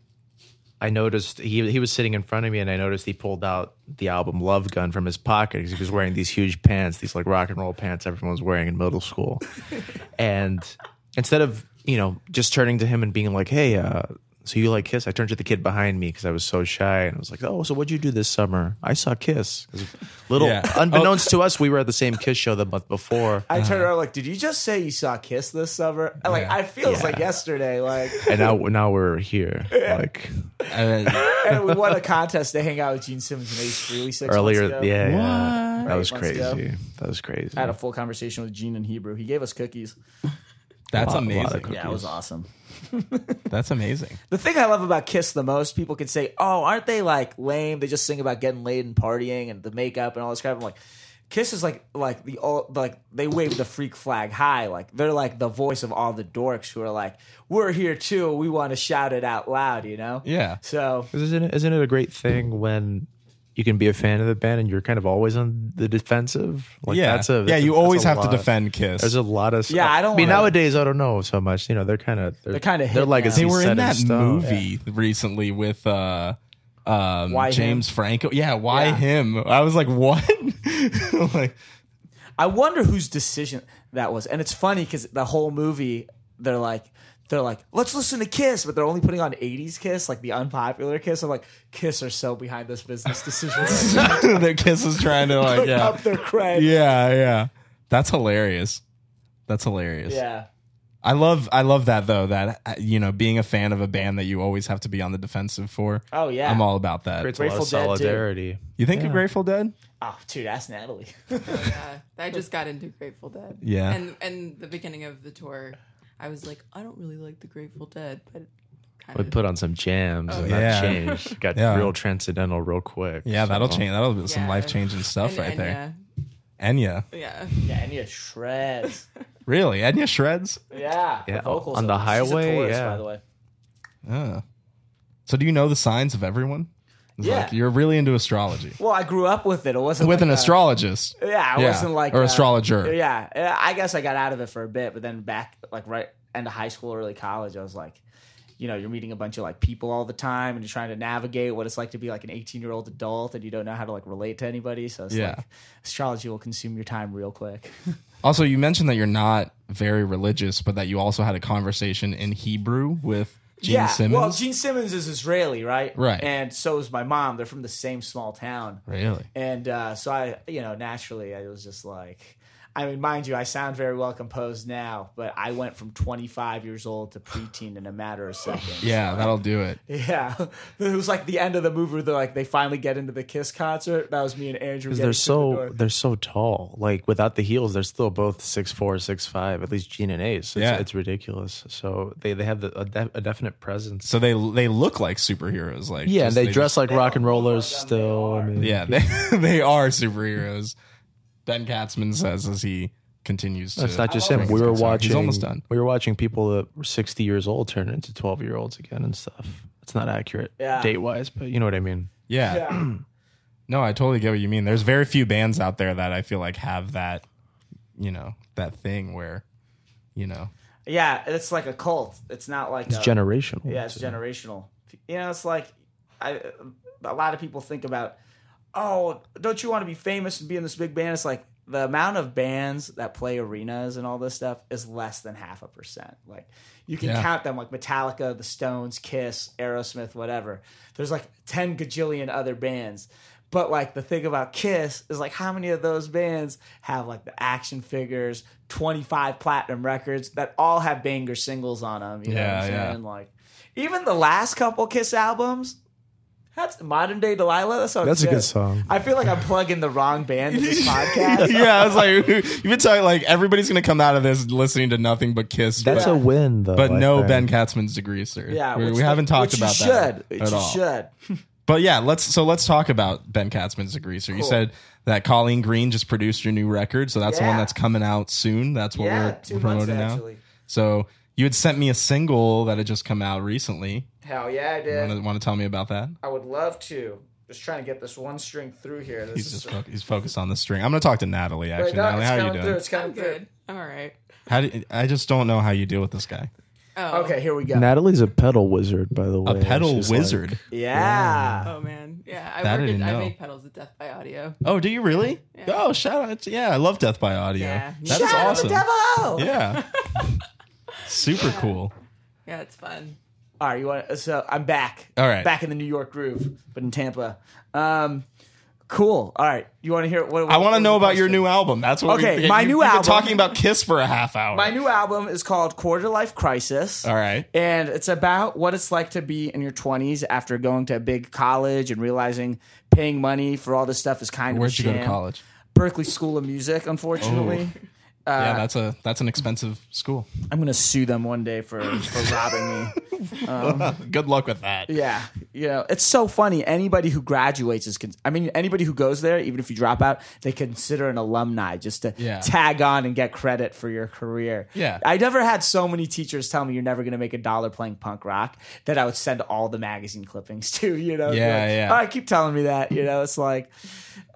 [SPEAKER 6] I noticed he he was sitting in front of me, and I noticed he pulled out the album Love Gun from his pocket because he was wearing these huge pants, these like rock and roll pants everyone was wearing in middle school. and instead of you know just turning to him and being like, "Hey, uh, so you like Kiss?" I turned to the kid behind me because I was so shy, and I was like, "Oh, so what'd you do this summer?" I saw Kiss. 'Cause Little
[SPEAKER 3] Yeah.
[SPEAKER 6] unbeknownst to us, we were at the same Kiss show the month before.
[SPEAKER 4] I turned around like, did you just say you saw Kiss this summer? And, Like,
[SPEAKER 3] Uh-huh. Yeah.
[SPEAKER 4] I feels like yesterday. Like,
[SPEAKER 6] and now, now we're here. Like
[SPEAKER 3] Uh,
[SPEAKER 4] and we won a contest to hang out with Gene Simmons and Ace Frehley six
[SPEAKER 6] earlier,
[SPEAKER 4] months
[SPEAKER 6] yeah,
[SPEAKER 4] ago.
[SPEAKER 6] yeah. that
[SPEAKER 4] Eight
[SPEAKER 6] was
[SPEAKER 4] months
[SPEAKER 6] crazy.
[SPEAKER 4] ago.
[SPEAKER 6] That was crazy.
[SPEAKER 4] I had a full conversation with Gene in Hebrew. He gave us cookies.
[SPEAKER 3] that's
[SPEAKER 6] A lot- a lot of
[SPEAKER 3] amazing.
[SPEAKER 6] cookies.
[SPEAKER 4] Yeah, it was awesome.
[SPEAKER 3] That's amazing.
[SPEAKER 4] The thing I love about Kiss the most, people can say, "Oh, aren't they like lame? They just sing about getting laid and partying and the makeup and all this crap." I'm like, Kiss is like like the all like they wave the freak flag high. Like they're like the voice of all the dorks who are like, "We're here too. We want to shout it out loud," you know?
[SPEAKER 3] Yeah.
[SPEAKER 4] So
[SPEAKER 6] 'Cause Isn't it, isn't it a great thing when you can be a fan of the band and you're kind of always on the defensive? Like
[SPEAKER 3] yeah.
[SPEAKER 6] that's a
[SPEAKER 3] yeah,
[SPEAKER 6] that's a-
[SPEAKER 3] you
[SPEAKER 6] that's a
[SPEAKER 3] always have
[SPEAKER 6] lot.
[SPEAKER 3] to defend Kiss.
[SPEAKER 6] There's a lot of
[SPEAKER 4] Yeah, I don't
[SPEAKER 6] I mean
[SPEAKER 4] wanna-
[SPEAKER 6] nowadays I don't know so much. You know they're kind of they're,
[SPEAKER 4] kinda hit
[SPEAKER 6] their
[SPEAKER 4] now.
[SPEAKER 6] legacy.
[SPEAKER 3] they were
[SPEAKER 6] set
[SPEAKER 3] in that
[SPEAKER 6] stone.
[SPEAKER 3] movie recently with uh um
[SPEAKER 4] Why him?
[SPEAKER 3] James Franco. Yeah, why
[SPEAKER 4] Yeah.
[SPEAKER 3] him? I was like, what? like
[SPEAKER 4] I wonder whose decision that was. And it's funny because the whole movie, they're like, they're like, let's listen to Kiss, but they're only putting on '80s Kiss, like the unpopular Kiss. I'm like, Kiss are so behind this business decision.
[SPEAKER 3] their kiss is trying to like yeah.
[SPEAKER 4] Up their cred.
[SPEAKER 3] Yeah, yeah. That's hilarious. That's hilarious.
[SPEAKER 4] Yeah.
[SPEAKER 3] I love I love that though that uh, you know being a fan of a band that you always have to be on the defensive for.
[SPEAKER 4] Oh yeah.
[SPEAKER 3] I'm all about that.
[SPEAKER 6] Creates a lot of
[SPEAKER 4] Grateful Dead, too.
[SPEAKER 6] solidarity.
[SPEAKER 3] You think of Grateful Dead?
[SPEAKER 4] oh, dude, that's Natalie.
[SPEAKER 5] Yeah, I just got into Grateful Dead.
[SPEAKER 3] Yeah.
[SPEAKER 5] and and the beginning of the tour, I was like, I don't really like the Grateful Dead, but kind
[SPEAKER 6] We
[SPEAKER 5] of
[SPEAKER 6] put on some jams and
[SPEAKER 3] yeah.
[SPEAKER 6] that changed. Got
[SPEAKER 3] Yeah.
[SPEAKER 6] real transcendental real quick.
[SPEAKER 3] Yeah, that'll
[SPEAKER 6] So-
[SPEAKER 3] change. That'll be some
[SPEAKER 5] Yeah.
[SPEAKER 3] life changing stuff
[SPEAKER 5] and-
[SPEAKER 3] right
[SPEAKER 5] and
[SPEAKER 3] there. Enya,
[SPEAKER 5] Yeah, yeah.
[SPEAKER 4] yeah, and you shreds.
[SPEAKER 3] really? Enya shreds.
[SPEAKER 4] Yeah.
[SPEAKER 6] Yeah,
[SPEAKER 4] vocals
[SPEAKER 6] on the
[SPEAKER 4] are- she's a
[SPEAKER 6] highway,
[SPEAKER 4] Taurus,
[SPEAKER 6] yeah.
[SPEAKER 4] By the way.
[SPEAKER 3] Uh. So do you know the signs of everyone? It's
[SPEAKER 4] Yeah.
[SPEAKER 3] Like you're really into astrology.
[SPEAKER 4] Well, I grew up with it. It wasn't
[SPEAKER 3] With
[SPEAKER 4] like
[SPEAKER 3] an
[SPEAKER 4] a-
[SPEAKER 3] astrologist.
[SPEAKER 4] Yeah, I
[SPEAKER 3] Yeah,
[SPEAKER 4] wasn't like
[SPEAKER 3] or
[SPEAKER 4] a-
[SPEAKER 3] astrologer.
[SPEAKER 4] Yeah, yeah, I guess I got out of it for a bit, but then back like right end of high school, early college, I was like, you know, you're meeting a bunch of like people all the time, and you're trying to navigate what it's like to be like an 18 year old adult, and you don't know how to like relate to anybody. So it's
[SPEAKER 3] Yeah.
[SPEAKER 4] like astrology will consume your time real quick.
[SPEAKER 3] Also, you mentioned that you're not very religious, but that you also had a conversation in Hebrew with Gene
[SPEAKER 4] yeah,
[SPEAKER 3] Simmons.
[SPEAKER 4] well, Gene Simmons is Israeli, right?
[SPEAKER 3] Right.
[SPEAKER 4] and so is my mom. They're from the same small town.
[SPEAKER 3] really?
[SPEAKER 4] And uh, so I, you know, naturally, I was just like, I mean, mind you, I sound very well composed now, but I went from 25 years old to preteen in a matter of seconds.
[SPEAKER 3] Yeah, that'll do it.
[SPEAKER 4] Yeah. It was like the end of the movie where they're like, they finally get into the Kiss concert. That was me and Andrew.
[SPEAKER 6] Because
[SPEAKER 4] getting
[SPEAKER 6] they're
[SPEAKER 4] through the
[SPEAKER 6] so
[SPEAKER 4] door.
[SPEAKER 6] they're so tall. Like without the heels, they're still both six four, six five. At least Gene and Ace. It's,
[SPEAKER 3] Yeah.
[SPEAKER 6] it's ridiculous. So they they have the, a, de- a definite presence.
[SPEAKER 3] So they they look like superheroes, like
[SPEAKER 6] yeah,
[SPEAKER 3] just-
[SPEAKER 6] and they, dress
[SPEAKER 3] just-
[SPEAKER 6] like rock and rollers
[SPEAKER 4] them, they
[SPEAKER 6] still. I
[SPEAKER 4] are.
[SPEAKER 6] mean,
[SPEAKER 3] yeah, they they are superheroes. Ben Katzman says as he continues to.
[SPEAKER 6] it's not just him.
[SPEAKER 3] bring
[SPEAKER 6] We
[SPEAKER 3] his
[SPEAKER 6] were
[SPEAKER 3] concern.
[SPEAKER 6] watching.
[SPEAKER 3] He's almost done.
[SPEAKER 6] We were watching people that were sixty years old turn into twelve year olds again and stuff. It's not accurate
[SPEAKER 4] Yeah.
[SPEAKER 6] date wise, but you know what I mean.
[SPEAKER 3] Yeah.
[SPEAKER 4] Yeah.
[SPEAKER 3] No, I totally get what you mean. There's very few bands out there that I feel like have that, you know, that thing where, you know,
[SPEAKER 4] yeah, it's like a cult. It's not like
[SPEAKER 6] It's
[SPEAKER 4] a-
[SPEAKER 6] generational.
[SPEAKER 4] Yeah, it's generational. You know, it's like I a lot of people think about, oh, don't you want to be famous and be in this big band? It's like the amount of bands that play arenas and all this stuff is less than half a percent. Like you can
[SPEAKER 3] Yeah.
[SPEAKER 4] count them like Metallica, The Stones, Kiss, Aerosmith, whatever. There's like 10 gajillion other bands. But like the thing about Kiss is like how many of those bands have like the action figures, 25 platinum records that all have banger singles on them, you know
[SPEAKER 3] Yeah,
[SPEAKER 4] what I'm
[SPEAKER 3] yeah.
[SPEAKER 4] saying? Like even the last couple Kiss albums, that's modern day Delilah. That sounds
[SPEAKER 6] That's a good song.
[SPEAKER 4] I feel like I'm plugging the wrong band in this podcast.
[SPEAKER 3] yeah, I was like, you've been talking like everybody's gonna come out of this listening to nothing but Kiss,
[SPEAKER 6] That's
[SPEAKER 3] but,
[SPEAKER 6] a win, though.
[SPEAKER 3] but
[SPEAKER 6] I
[SPEAKER 3] no
[SPEAKER 6] think.
[SPEAKER 3] Ben Katzman's degree, sir.
[SPEAKER 4] Yeah,
[SPEAKER 3] we,
[SPEAKER 4] which
[SPEAKER 3] we
[SPEAKER 4] the-
[SPEAKER 3] haven't talked
[SPEAKER 4] which
[SPEAKER 3] about
[SPEAKER 4] you
[SPEAKER 3] that
[SPEAKER 4] Should
[SPEAKER 3] at
[SPEAKER 4] you
[SPEAKER 3] all.
[SPEAKER 4] should?
[SPEAKER 3] But yeah, let's so let's talk about Ben Katzman's degreaser. You
[SPEAKER 4] Cool.
[SPEAKER 3] said that Colleen Green just produced your new record, so that's the one
[SPEAKER 4] Yeah.
[SPEAKER 3] that's coming out soon. That's what
[SPEAKER 4] yeah,
[SPEAKER 3] we're,
[SPEAKER 4] two
[SPEAKER 3] we're
[SPEAKER 4] months
[SPEAKER 3] promoting now.
[SPEAKER 4] actually.
[SPEAKER 3] So you had sent me a single that had just come out recently.
[SPEAKER 4] Hell yeah, I did.
[SPEAKER 3] Want to want to tell me about that?
[SPEAKER 4] I would love to. Just trying to get this one string through here. This
[SPEAKER 3] He's
[SPEAKER 4] is
[SPEAKER 3] just fo- he's focused on the string. I'm going to talk to Natalie
[SPEAKER 4] Wait,
[SPEAKER 3] actually.
[SPEAKER 4] no,
[SPEAKER 3] Natalie,
[SPEAKER 4] it's
[SPEAKER 3] how are
[SPEAKER 4] coming
[SPEAKER 3] you
[SPEAKER 4] through.
[SPEAKER 3] doing?
[SPEAKER 4] It's coming
[SPEAKER 5] I'm
[SPEAKER 4] through.
[SPEAKER 5] good. I'm all right.
[SPEAKER 3] How do, I just don't know how you deal with this guy.
[SPEAKER 5] Oh,
[SPEAKER 4] Okay, here we go.
[SPEAKER 6] Natalie's a pedal wizard, by the
[SPEAKER 3] A
[SPEAKER 6] way.
[SPEAKER 3] pedal
[SPEAKER 6] She's like-
[SPEAKER 3] wizard.
[SPEAKER 4] yeah.
[SPEAKER 5] Oh man, yeah. I
[SPEAKER 3] That I
[SPEAKER 5] work.
[SPEAKER 3] didn't
[SPEAKER 5] at, I
[SPEAKER 3] know.
[SPEAKER 5] make pedals at Death by Audio.
[SPEAKER 3] oh, do you really?
[SPEAKER 5] Yeah.
[SPEAKER 3] Oh, shout out! To, yeah, I love Death by Audio.
[SPEAKER 5] Yeah.
[SPEAKER 3] That is
[SPEAKER 4] Shout out to
[SPEAKER 3] awesome.
[SPEAKER 4] the devil.
[SPEAKER 3] Yeah, super cool.
[SPEAKER 5] Yeah, it's fun.
[SPEAKER 4] All right, you want so I'm back.
[SPEAKER 3] All right.
[SPEAKER 4] back in the New York groove, but in Tampa. Um, cool. All right, you want to hear what?
[SPEAKER 3] I want
[SPEAKER 4] what
[SPEAKER 3] to know
[SPEAKER 4] was the
[SPEAKER 3] about your
[SPEAKER 4] question?
[SPEAKER 3] new album. That's what.
[SPEAKER 4] Okay,
[SPEAKER 3] we,
[SPEAKER 4] my
[SPEAKER 3] you-
[SPEAKER 4] new
[SPEAKER 3] you've been
[SPEAKER 4] album-
[SPEAKER 3] talking about Kiss for a half hour.
[SPEAKER 4] My new album is called Quarter Life Crisis.
[SPEAKER 3] All right.
[SPEAKER 4] And it's about what it's like to be in your 20s after going to a big college and realizing paying money for all this stuff is kind
[SPEAKER 3] Where'd
[SPEAKER 4] of
[SPEAKER 3] you
[SPEAKER 4] a
[SPEAKER 3] go to
[SPEAKER 4] sham.
[SPEAKER 3] college? Oh.
[SPEAKER 4] Berkeley School of Music, unfortunately. Uh,
[SPEAKER 3] yeah, that's a that's an expensive school.
[SPEAKER 4] I'm going to sue them one day for, for robbing me.
[SPEAKER 3] Good luck with that.
[SPEAKER 4] Yeah, you know, it's so funny. Anybody who graduates is, con- I mean, anybody who goes there, even if you drop out, they consider an alumni just to
[SPEAKER 3] Yeah.
[SPEAKER 4] tag on and get credit for your career.
[SPEAKER 3] Yeah.
[SPEAKER 4] I never had so many teachers tell me you're never going to make a dollar playing punk rock that I would send all the magazine clippings to. You know,
[SPEAKER 3] Yeah,
[SPEAKER 4] Like,
[SPEAKER 3] yeah.
[SPEAKER 4] All right, keep telling me that. You know, it's like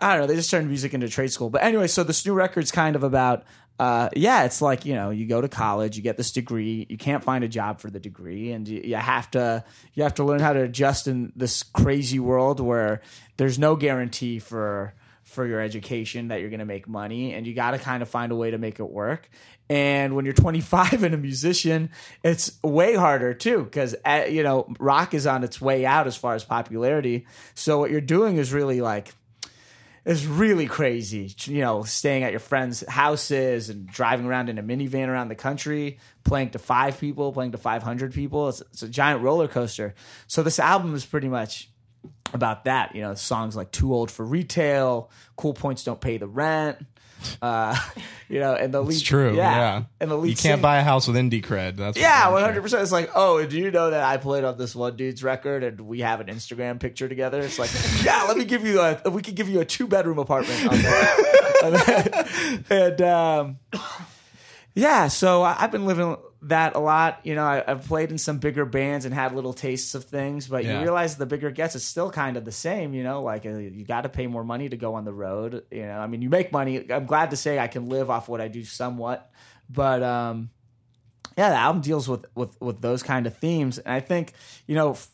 [SPEAKER 4] I don't know. They just turned music into trade school. But anyway, so this new record's kind of about. Uh, yeah, it's like you know, you go to college, you get this degree, you can't find a job for the degree, and you, you have to you have to learn how to adjust in this crazy world where there's no guarantee for for your education that you're going to make money, and you got to kind of find a way to make it work. And when you're 25 and a musician, it's way harder too because you know rock is on its way out as far as popularity. So what you're doing is really like it's really crazy, you know, staying at your friends' houses and driving around in a minivan around the country, playing to five people, playing to 500 people. It's, it's a giant roller coaster. So, this album is pretty much about that. You know, songs like Too Old for Retail, Cool Points Don't Pay the Rent. Uh, you know, and the lead.
[SPEAKER 3] It's true. Yeah,
[SPEAKER 4] And the lead
[SPEAKER 3] you can't
[SPEAKER 4] sing-
[SPEAKER 3] buy a house with indie cred. That's for
[SPEAKER 4] yeah,
[SPEAKER 3] damn
[SPEAKER 4] one
[SPEAKER 3] sure.
[SPEAKER 4] hundred percent. It's like, oh, do you know that I played on this one dude's record and we have an Instagram picture together? It's like, yeah, let me give you a, we could give you a two bedroom apartment, on that. and um, yeah, so I, I've been living that a lot. You know, I, I've played in some bigger bands and had little tastes of things, but
[SPEAKER 3] Yeah.
[SPEAKER 4] you realize the bigger it gets, it's still kind of the same. You know, like uh, you got to pay more money to go on the road. You know, I mean, you make money. I'm glad to say I can live off what I do somewhat, but um yeah, the album deals with with with those kind of themes, and I think you know f-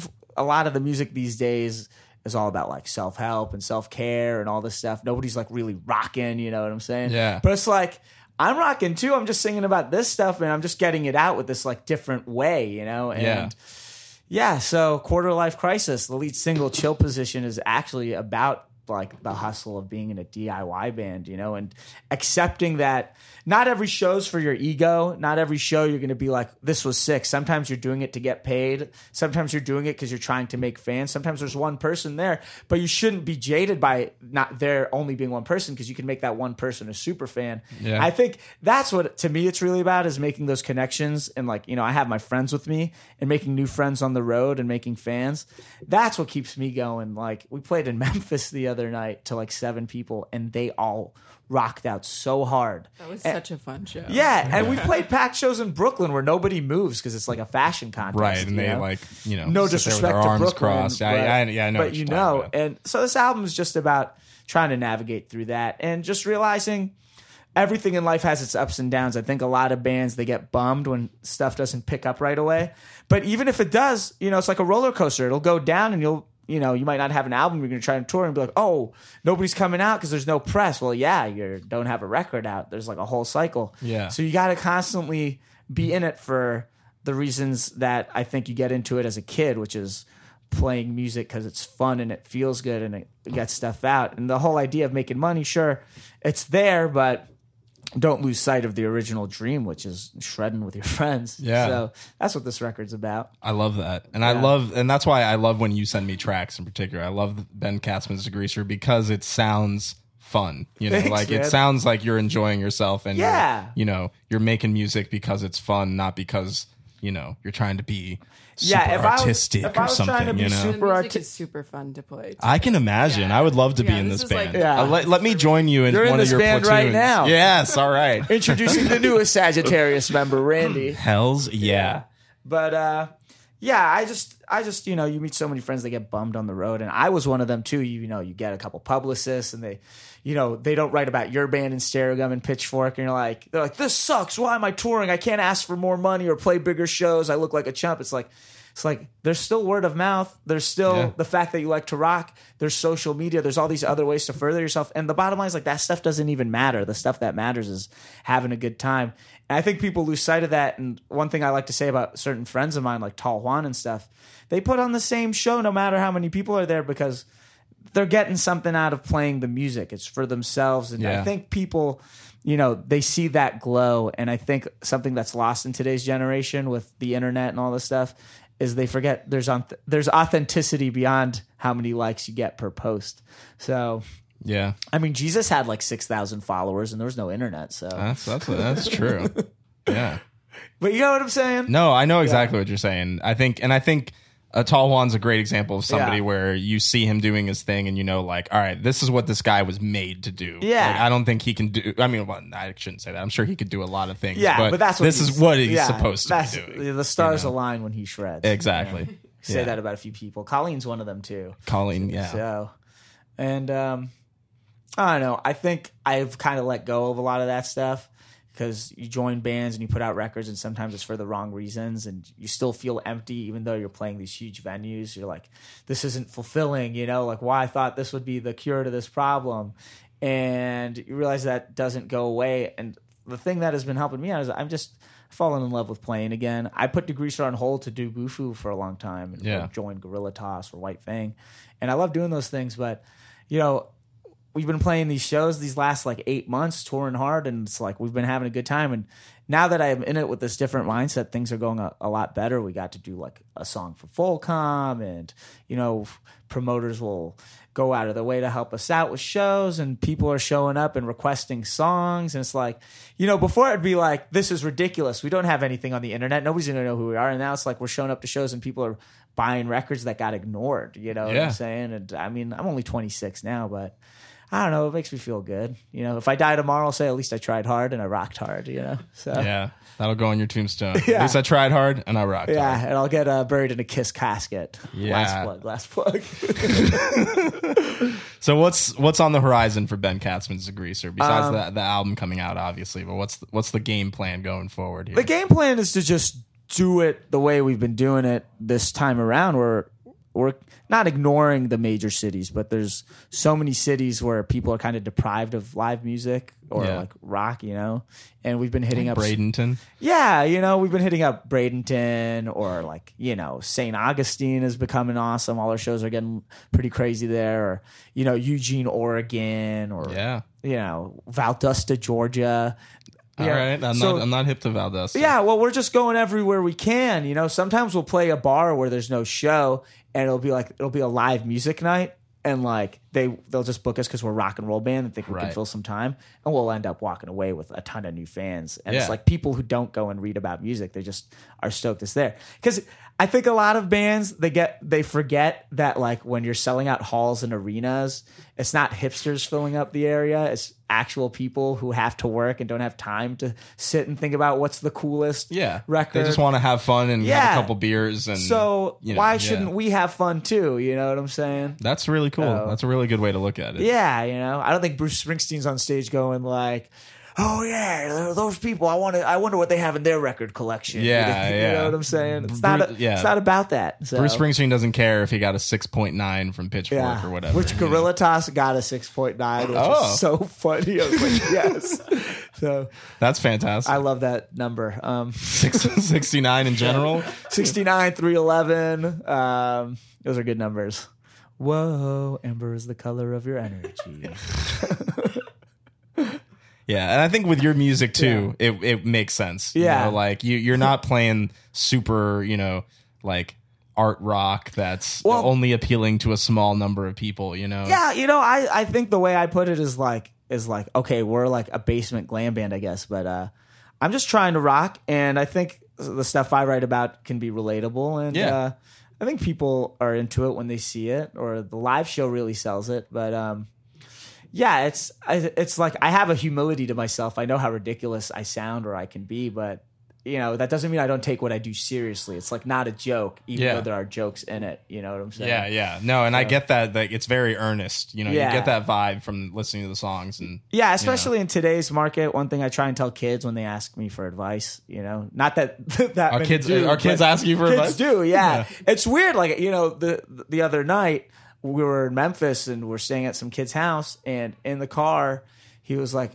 [SPEAKER 4] f- a lot of the music these days is all about like self help and self care and all this stuff. Nobody's like really rocking, you know what I'm saying?
[SPEAKER 3] Yeah.
[SPEAKER 4] But it's like I'm rocking too. I'm just singing about this stuff, and I'm just getting it out with this like different way, you know? And
[SPEAKER 3] Yeah.
[SPEAKER 4] yeah, so Quarter Life Crisis, the lead single Chill Position is actually about like the hustle of being in a DIY band, you know, and accepting that not every show's for your ego, not every show you're going to be like this was sick. Sometimes you're doing it to get paid, sometimes you're doing it cuz you're trying to make fans. Sometimes there's one person there, but you shouldn't be jaded by not there only being one person cuz you can make that one person a super fan.
[SPEAKER 3] Yeah.
[SPEAKER 4] I think that's what to me it's really about is making those connections and like you know I have my friends with me and making new friends on the road and making fans. That's what keeps me going. Like we played in Memphis the other night to like seven people, and they all rocked out so hard.
[SPEAKER 5] That was such a fun show.
[SPEAKER 4] Eh. Yeah, and we played packed shows in Brooklyn where nobody moves because it's like a fashion contest.
[SPEAKER 3] right? And
[SPEAKER 4] you
[SPEAKER 3] they
[SPEAKER 4] know?
[SPEAKER 3] like you know
[SPEAKER 4] no
[SPEAKER 3] sit there
[SPEAKER 4] disrespect
[SPEAKER 3] with their arms
[SPEAKER 4] to Brooklyn,
[SPEAKER 3] crossed.
[SPEAKER 4] But,
[SPEAKER 3] I, I, yeah, I know,
[SPEAKER 4] but
[SPEAKER 3] what
[SPEAKER 4] you
[SPEAKER 3] you're talking
[SPEAKER 4] know,
[SPEAKER 3] about.
[SPEAKER 4] and so this album's just about trying to navigate through that and just realizing everything in life has its ups and downs. I think a lot of bands they get bummed when stuff doesn't pick up right away, but even if it does, you know, it's like a roller coaster. It'll go down, and you'll. You know, you might not have an album. You're going to try and tour and be like, "Oh, nobody's coming out because there's no press." Well, yeah, you don't have a record out. There's like a whole cycle.
[SPEAKER 3] Yeah.
[SPEAKER 4] So you got to constantly be in it for the reasons that I think you get into it as a kid, which is playing music because it's fun and it feels good and it gets stuff out. And the whole idea of making money, sure, it's there, but don't lose sight of the original dream, which is shredding with your friends.
[SPEAKER 3] Yeah.
[SPEAKER 4] So that's what this record's about.
[SPEAKER 3] I love that, and I love, and that's why I love when you send me tracks in particular. I love Ben Katzman's Degreaser because it sounds fun. You know,
[SPEAKER 4] Thanks,
[SPEAKER 3] like it
[SPEAKER 4] man.
[SPEAKER 3] sounds like you're enjoying yourself, and you're-
[SPEAKER 4] Yeah.
[SPEAKER 3] you know, you're making music because it's fun, not because you know you're trying to be super
[SPEAKER 4] Yeah, if I was-
[SPEAKER 3] artistic
[SPEAKER 4] if
[SPEAKER 3] or
[SPEAKER 4] I was trying to
[SPEAKER 3] something.
[SPEAKER 4] be
[SPEAKER 3] you know,
[SPEAKER 5] And the
[SPEAKER 4] super
[SPEAKER 5] music
[SPEAKER 4] arti-
[SPEAKER 5] is super fun to play. too.
[SPEAKER 3] I can imagine. I would love to be
[SPEAKER 5] Yeah,
[SPEAKER 3] in
[SPEAKER 5] this
[SPEAKER 3] this
[SPEAKER 5] is like
[SPEAKER 3] band.
[SPEAKER 5] the
[SPEAKER 4] Yeah.
[SPEAKER 3] Uh, let, let me join you in
[SPEAKER 4] You're in
[SPEAKER 3] one
[SPEAKER 4] this
[SPEAKER 3] of your
[SPEAKER 4] band right
[SPEAKER 3] platoons.
[SPEAKER 4] now.
[SPEAKER 3] Yes, all right.
[SPEAKER 4] Introducing the newest Sagittarius member, Randy.
[SPEAKER 3] Hell's yeah.
[SPEAKER 4] But uh, yeah, I just, I just, you know, you meet so many friends that get bummed on the road, and I was one of them too. You, you know, you get a couple publicists, and they, you know, they don't write about your band in Stereogum and Pitchfork, and you're like, they're like, this sucks. Why am I touring? I can't ask for more money or play bigger shows. I look like a chump. It's like. It's like there's still word of mouth. There's still
[SPEAKER 3] Yeah.
[SPEAKER 4] the fact that you like to rock. There's social media. There's all these other ways to further yourself. And the bottom line is like that stuff doesn't even matter. The stuff that matters is having a good time. And I think people lose sight of that. And one thing I like to say about certain friends of mine, like Tal Juan and stuff, they put on the same show no matter how many people are there because they're getting something out of playing the music. It's for themselves. And
[SPEAKER 3] Yeah.
[SPEAKER 4] I think people, you know, they see that glow. And I think something that's lost in today's generation with the internet and all this stuff is they forget there's on there's authenticity beyond how many likes you get per post. So,
[SPEAKER 3] Yeah.
[SPEAKER 4] I mean, Jesus had like 6,000 followers and there was no internet. So,
[SPEAKER 3] That's that's that's true. Yeah.
[SPEAKER 4] but you know what I'm saying?
[SPEAKER 3] No, I know exactly what you're saying. I think, and I think uh, Tal Juan's a great example of somebody
[SPEAKER 4] Yeah.
[SPEAKER 3] where you see him doing his thing, and you know, like, all right, this is what this guy was made to do.
[SPEAKER 4] Yeah.
[SPEAKER 3] Like, I don't think he can do. I mean, well, I shouldn't say that. I'm sure he could do a lot of things.
[SPEAKER 4] Yeah, but, that's what
[SPEAKER 3] this
[SPEAKER 4] he's-
[SPEAKER 3] is what he's
[SPEAKER 4] yeah,
[SPEAKER 3] supposed to
[SPEAKER 4] that's-
[SPEAKER 3] be doing.
[SPEAKER 4] The stars align when he shreds.
[SPEAKER 3] Exactly.
[SPEAKER 4] Say
[SPEAKER 3] yeah.
[SPEAKER 4] that about a few people. Colleen's one of them too.
[SPEAKER 3] Colleen. Yeah.
[SPEAKER 4] So, and um, I don't know. I think I've kind of let go of a lot of that stuff because you join bands and you put out records, and sometimes it's for the wrong reasons, and you still feel empty even though you're playing these huge venues. You're like, this isn't fulfilling, you know, like why I thought this would be the cure to this problem, and you realize that doesn't go away. And the thing that has been helping me out is I'm just falling in love with playing again. I put Degreaser on hold to do Bufu for a long time, and
[SPEAKER 3] Yeah.
[SPEAKER 4] join Gorilla Toss or White Fang, and I love doing those things. But you know, we've been playing these shows these last like eight months, touring hard, and it's like we've been having a good time. And now that I'm in it with this different mindset, things are going a, a lot better. We got to do like a song for Folcom, and you know, promoters will go out of their way to help us out with shows, and people are showing up and requesting songs. And it's like, you know, before it'd be like, this is ridiculous. We don't have anything on the internet. Nobody's gonna know who we are. And now it's like we're showing up to shows, and people are buying records that got ignored. You know what
[SPEAKER 3] Yeah.
[SPEAKER 4] I'm saying? And I mean, I'm only 26 now, but I don't know. It makes me feel good. You know, if I die tomorrow, I'll say at least I tried hard and I rocked hard. You know, so yeah,
[SPEAKER 3] Yeah. That'll go on your tombstone. At
[SPEAKER 4] Yeah.
[SPEAKER 3] least I tried hard and I rocked. hard.
[SPEAKER 4] and I'll get uh, buried in a kiss casket.
[SPEAKER 3] Yeah.
[SPEAKER 4] Last plug. Last plug.
[SPEAKER 3] So what's what's on the horizon for Ben Katzman's The Greaser besides
[SPEAKER 4] Um,
[SPEAKER 3] the the album coming out, obviously? But what's the, what's the game plan going forward here?
[SPEAKER 4] the game plan is to just do it the way we've been doing it this time around. We're we're not ignoring the major cities, but there's so many cities where people are kind of deprived of live music or
[SPEAKER 3] Yeah.
[SPEAKER 4] like rock, you know. And we've been hitting up
[SPEAKER 3] Bradenton.
[SPEAKER 4] Yeah, you know, we've been hitting up Bradenton or like, you know, St. Augustine is becoming awesome. All our shows are getting pretty crazy there. Or, you know, Eugene, Oregon or,
[SPEAKER 3] Yeah.
[SPEAKER 4] you know, Valdosta, Georgia.
[SPEAKER 3] All
[SPEAKER 4] Yeah.
[SPEAKER 3] right. I'm
[SPEAKER 4] So-
[SPEAKER 3] not I'm not hip to Valdosta.
[SPEAKER 4] yeah, well, we're just going everywhere we can. You know, sometimes we'll play a bar where there's no show, and it'll be like it'll be a live music night, and like they they'll just book us because we're a rock and roll band and think we can
[SPEAKER 3] Right.
[SPEAKER 4] fill some time, and we'll end up walking away with a ton of new fans. And
[SPEAKER 3] Yeah.
[SPEAKER 4] it's like people who don't go and read about music, they just are stoked it's there. Because I think a lot of bands they get they forget that like when you're selling out halls and arenas, it's not hipsters filling up the area. It's actual people who have to work and don't have time to sit and think about what's the coolest
[SPEAKER 3] yeah,
[SPEAKER 4] record.
[SPEAKER 3] They just want to have fun and
[SPEAKER 4] Yeah.
[SPEAKER 3] have a couple beers, and
[SPEAKER 4] so
[SPEAKER 3] you know,
[SPEAKER 4] why
[SPEAKER 3] yeah.
[SPEAKER 4] shouldn't we have fun too? You know what I'm saying?
[SPEAKER 3] That's really cool.
[SPEAKER 4] Oh.
[SPEAKER 3] That's a really good way to look at it.
[SPEAKER 4] Yeah, you know, I don't think Bruce Springsteen's on stage going like, "Oh yeah, th- those people. I want to. I wonder what they have in their record collection."
[SPEAKER 3] Yeah,
[SPEAKER 4] you
[SPEAKER 3] yeah.
[SPEAKER 4] know what I'm saying? It's
[SPEAKER 3] Bru-
[SPEAKER 4] not. A,
[SPEAKER 3] yeah.
[SPEAKER 4] It's not about that. So.
[SPEAKER 3] Bruce Springsteen doesn't care if he got a six point nine from Pitchfork
[SPEAKER 4] Yeah,
[SPEAKER 3] or whatever.
[SPEAKER 4] which Gorilla Toss got a six point nine, which
[SPEAKER 3] Oh.
[SPEAKER 4] is so funny. I was like, yes. So
[SPEAKER 3] That's fantastic.
[SPEAKER 4] I love that number. Um,
[SPEAKER 3] Six, 69 in general.
[SPEAKER 4] 69, 311. Um, those are good numbers. Whoa, amber is the color of your energy.
[SPEAKER 3] Yeah, and I think with your music too, it it makes sense. You
[SPEAKER 4] Yeah.
[SPEAKER 3] know, like you you're not playing super, you know, like art rock that's
[SPEAKER 4] Well-
[SPEAKER 3] only appealing to a small number of people. You know,
[SPEAKER 4] Yeah, you know, I, I think the way I put it is like is like okay, we're like a basement glam band, I guess, but uh I'm just trying to rock and I think the stuff I write about can be relatable and
[SPEAKER 3] Yeah.
[SPEAKER 4] uh I think people are into it when they see it or the live show really sells it, but um yeah, it's I- it's like I have a humility to myself. I know how ridiculous I sound or I can be, but you know that doesn't mean I don't take what I do seriously. It's like not a joke, even
[SPEAKER 3] Yeah.
[SPEAKER 4] though there are jokes in it. You know what I'm saying?
[SPEAKER 3] yeah, yeah. No, and I get that. Like it's very earnest. You know,
[SPEAKER 4] Yeah.
[SPEAKER 3] you get that vibe from listening to the songs and
[SPEAKER 4] Yeah, especially in today's market, one thing I try and tell kids when they ask me for advice, you know, not that that
[SPEAKER 3] our
[SPEAKER 4] many
[SPEAKER 3] kids
[SPEAKER 4] do,
[SPEAKER 3] our kids
[SPEAKER 4] but
[SPEAKER 3] ask you for
[SPEAKER 4] kids
[SPEAKER 3] advice.
[SPEAKER 4] do, yeah. It's weird, like you know, the the other night we were in Memphis and we're staying at some kid's house, and in the car he was like,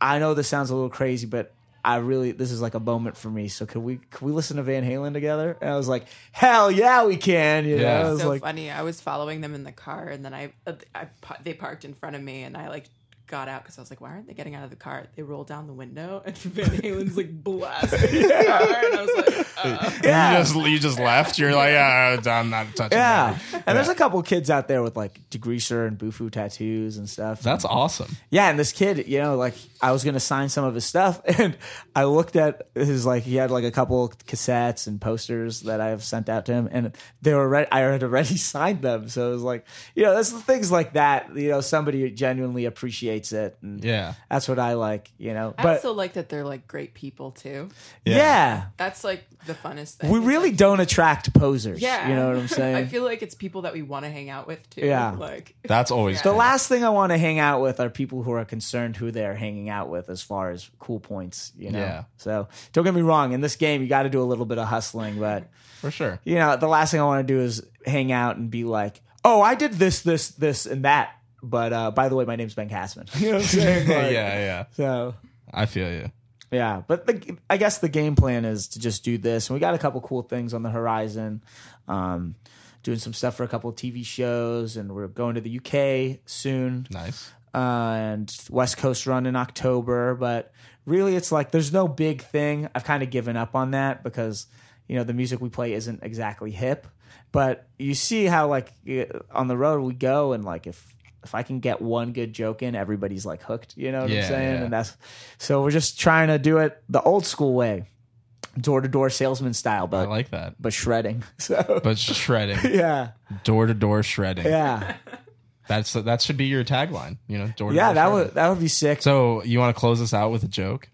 [SPEAKER 4] "I know this sounds a little crazy, but." I really, this is like a moment for me. So could we, could we listen to Van Halen together? And I was like, hell yeah, we can. You
[SPEAKER 3] Yeah.
[SPEAKER 4] know, I was
[SPEAKER 5] so
[SPEAKER 4] like,
[SPEAKER 5] funny. I was following them in the car, and then I, uh, I, pa- they parked in front of me, and I like got out because I was like, "Why aren't they getting out of the car?" They rolled down the window, and Van Halen's like blasting the car, and I was like, uh,
[SPEAKER 4] yeah.
[SPEAKER 3] You just you just left. You're like, ah, I'm not touching.
[SPEAKER 4] Yeah.
[SPEAKER 3] that.
[SPEAKER 4] And there's a couple kids out there with like degreaser and bufu tattoos and stuff.
[SPEAKER 3] that's awesome.
[SPEAKER 4] yeah, and this kid, you know, like I was gonna sign some of his stuff and I looked at his like he had like a couple cassettes and posters that I have sent out to him and they were re- I had already signed them. So it was like, you know, that's the things like that, you know, somebody genuinely appreciates it and
[SPEAKER 3] Yeah,
[SPEAKER 4] that's what I like, you know.
[SPEAKER 5] I
[SPEAKER 4] But
[SPEAKER 5] also like that they're like great people too.
[SPEAKER 3] Yeah.
[SPEAKER 4] yeah.
[SPEAKER 5] That's like the funnest thing.
[SPEAKER 4] We
[SPEAKER 5] It's,
[SPEAKER 4] really
[SPEAKER 5] like,
[SPEAKER 4] don't attract posers.
[SPEAKER 5] yeah.
[SPEAKER 4] You know what I'm saying?
[SPEAKER 5] I feel like it's people that we want to hang out with too.
[SPEAKER 4] Yeah.
[SPEAKER 5] like
[SPEAKER 3] that's always
[SPEAKER 4] The
[SPEAKER 3] cool.
[SPEAKER 4] last thing I want to hang out with are people who are concerned who they're hanging out with as far as cool points, you know.
[SPEAKER 3] Yeah.
[SPEAKER 4] So don't get me wrong, in this game you got to do a little bit of hustling, but
[SPEAKER 3] for sure.
[SPEAKER 4] you know, the last thing I want to do is hang out and be like, "Oh, I did this this this and that." But uh, by the way, my name's Ben Castman. You know what I'm saying?
[SPEAKER 3] yeah,
[SPEAKER 4] Like,
[SPEAKER 3] yeah.
[SPEAKER 4] So
[SPEAKER 3] I feel you.
[SPEAKER 4] yeah, but the, I guess the game plan is to just do this, and we got a couple cool things on the horizon. Um, doing some stuff for a couple TV shows, and we're going to the UK soon
[SPEAKER 3] Nice.
[SPEAKER 4] uh, and West Coast run in October. But really, it's like there's no big thing. I've kind of given up on that because you know the music we play isn't exactly hip. But you see how like eh, on the road we go and like if if I can get one good joke in, everybody's like hooked. You know what
[SPEAKER 3] Yeah,
[SPEAKER 4] I'm saying?
[SPEAKER 3] yeah.
[SPEAKER 4] And that's so we're just trying to do it the old school way, door to door salesman style,
[SPEAKER 3] I
[SPEAKER 4] but
[SPEAKER 3] like that.
[SPEAKER 4] but shredding. So
[SPEAKER 3] But shredding.
[SPEAKER 4] yeah,
[SPEAKER 3] door to door shredding.
[SPEAKER 4] yeah,
[SPEAKER 3] That's that should be your tagline. You know, door to
[SPEAKER 4] yeah.
[SPEAKER 3] door.
[SPEAKER 4] That
[SPEAKER 3] shredding.
[SPEAKER 4] would that would be sick.
[SPEAKER 3] So you want to close this out with a joke?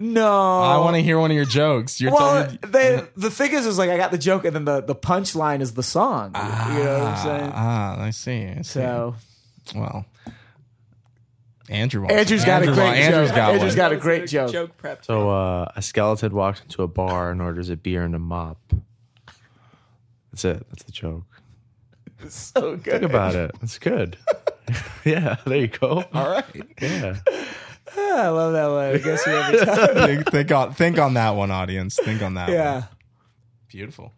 [SPEAKER 4] no,
[SPEAKER 3] I want to hear one of your jokes. You're
[SPEAKER 4] Oh. Well, uh,
[SPEAKER 3] telling me,
[SPEAKER 4] they, the thing is, is like I got the joke, and then the the punchline is the song. you know what I'm saying?
[SPEAKER 3] ah, I see. I see.
[SPEAKER 4] so
[SPEAKER 3] well, Andrew. Wants
[SPEAKER 4] Andrew's got a
[SPEAKER 3] Andrew
[SPEAKER 4] great
[SPEAKER 3] wa- Andrew's
[SPEAKER 4] joke.
[SPEAKER 3] got
[SPEAKER 4] Andrew's
[SPEAKER 3] one.
[SPEAKER 4] got a
[SPEAKER 5] That was
[SPEAKER 4] great joke.
[SPEAKER 5] Joke prep.
[SPEAKER 6] So uh, a skeleton walks into a bar and orders a beer and a mop. That's it. That's the joke.
[SPEAKER 4] so good.
[SPEAKER 6] Think about it. That's good. yeah, there you go. All right. Yeah.
[SPEAKER 4] Ah, I love that one. I guess we have a time.
[SPEAKER 3] think, think on think on that one, audience. Think on that.
[SPEAKER 4] yeah,
[SPEAKER 3] One. Beautiful.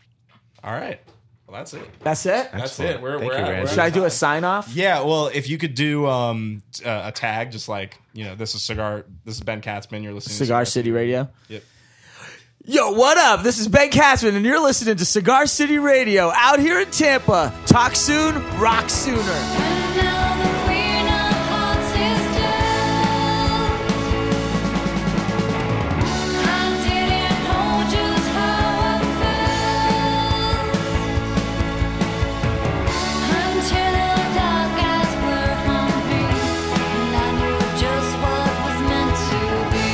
[SPEAKER 3] All right. Well, that's it.
[SPEAKER 4] that's it.
[SPEAKER 3] That's
[SPEAKER 6] Excellent.
[SPEAKER 3] it. We're,
[SPEAKER 6] Thank
[SPEAKER 3] we're
[SPEAKER 6] you,
[SPEAKER 3] at- we're
[SPEAKER 6] Randy.
[SPEAKER 3] at
[SPEAKER 4] Should I do a sign off?
[SPEAKER 3] Yeah, well, if you could do um, t- uh, a tag, just like you know, this is cigar. This is Ben Katzman. You're listening
[SPEAKER 4] Cigar City Radio.
[SPEAKER 3] Yep.
[SPEAKER 4] Yo, what up? This is Ben Katzman, and you're listening to Cigar City Radio out here in Tampa. Talk soon, rock sooner.
[SPEAKER 7] And now that we're not hot sisters, I didn't know just how I felt until the dark eyes were on me, and I knew just what was meant to be.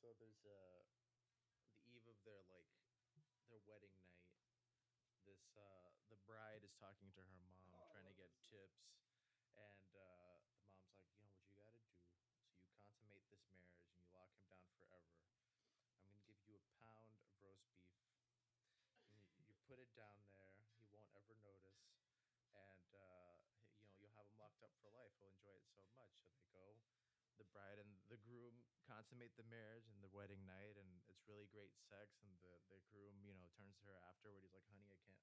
[SPEAKER 6] So there's uh the eve of their like their wedding night. This uh the bride is talking to her mom, trying to get tips, and uh the mom's like, you know what you gotta do? So you consummate this marriage and you lock him down forever. I'm gonna give you a pound of roast beef. And you, you put it down there. He won't ever notice, and uh h- you know you'll have him locked up for life. He'll enjoy it so much. So they go the bride and the groom consummate the marriage and the wedding night and it's really great sex and the, the groom you know turns to her afterward he's like honey i can't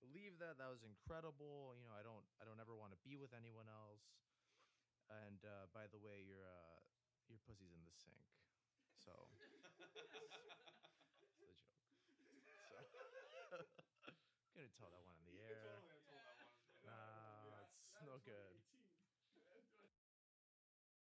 [SPEAKER 6] believe that that was incredible you know i don't i don't ever want to be with anyone else and uh, by the way your uh, your pussy's in the sink so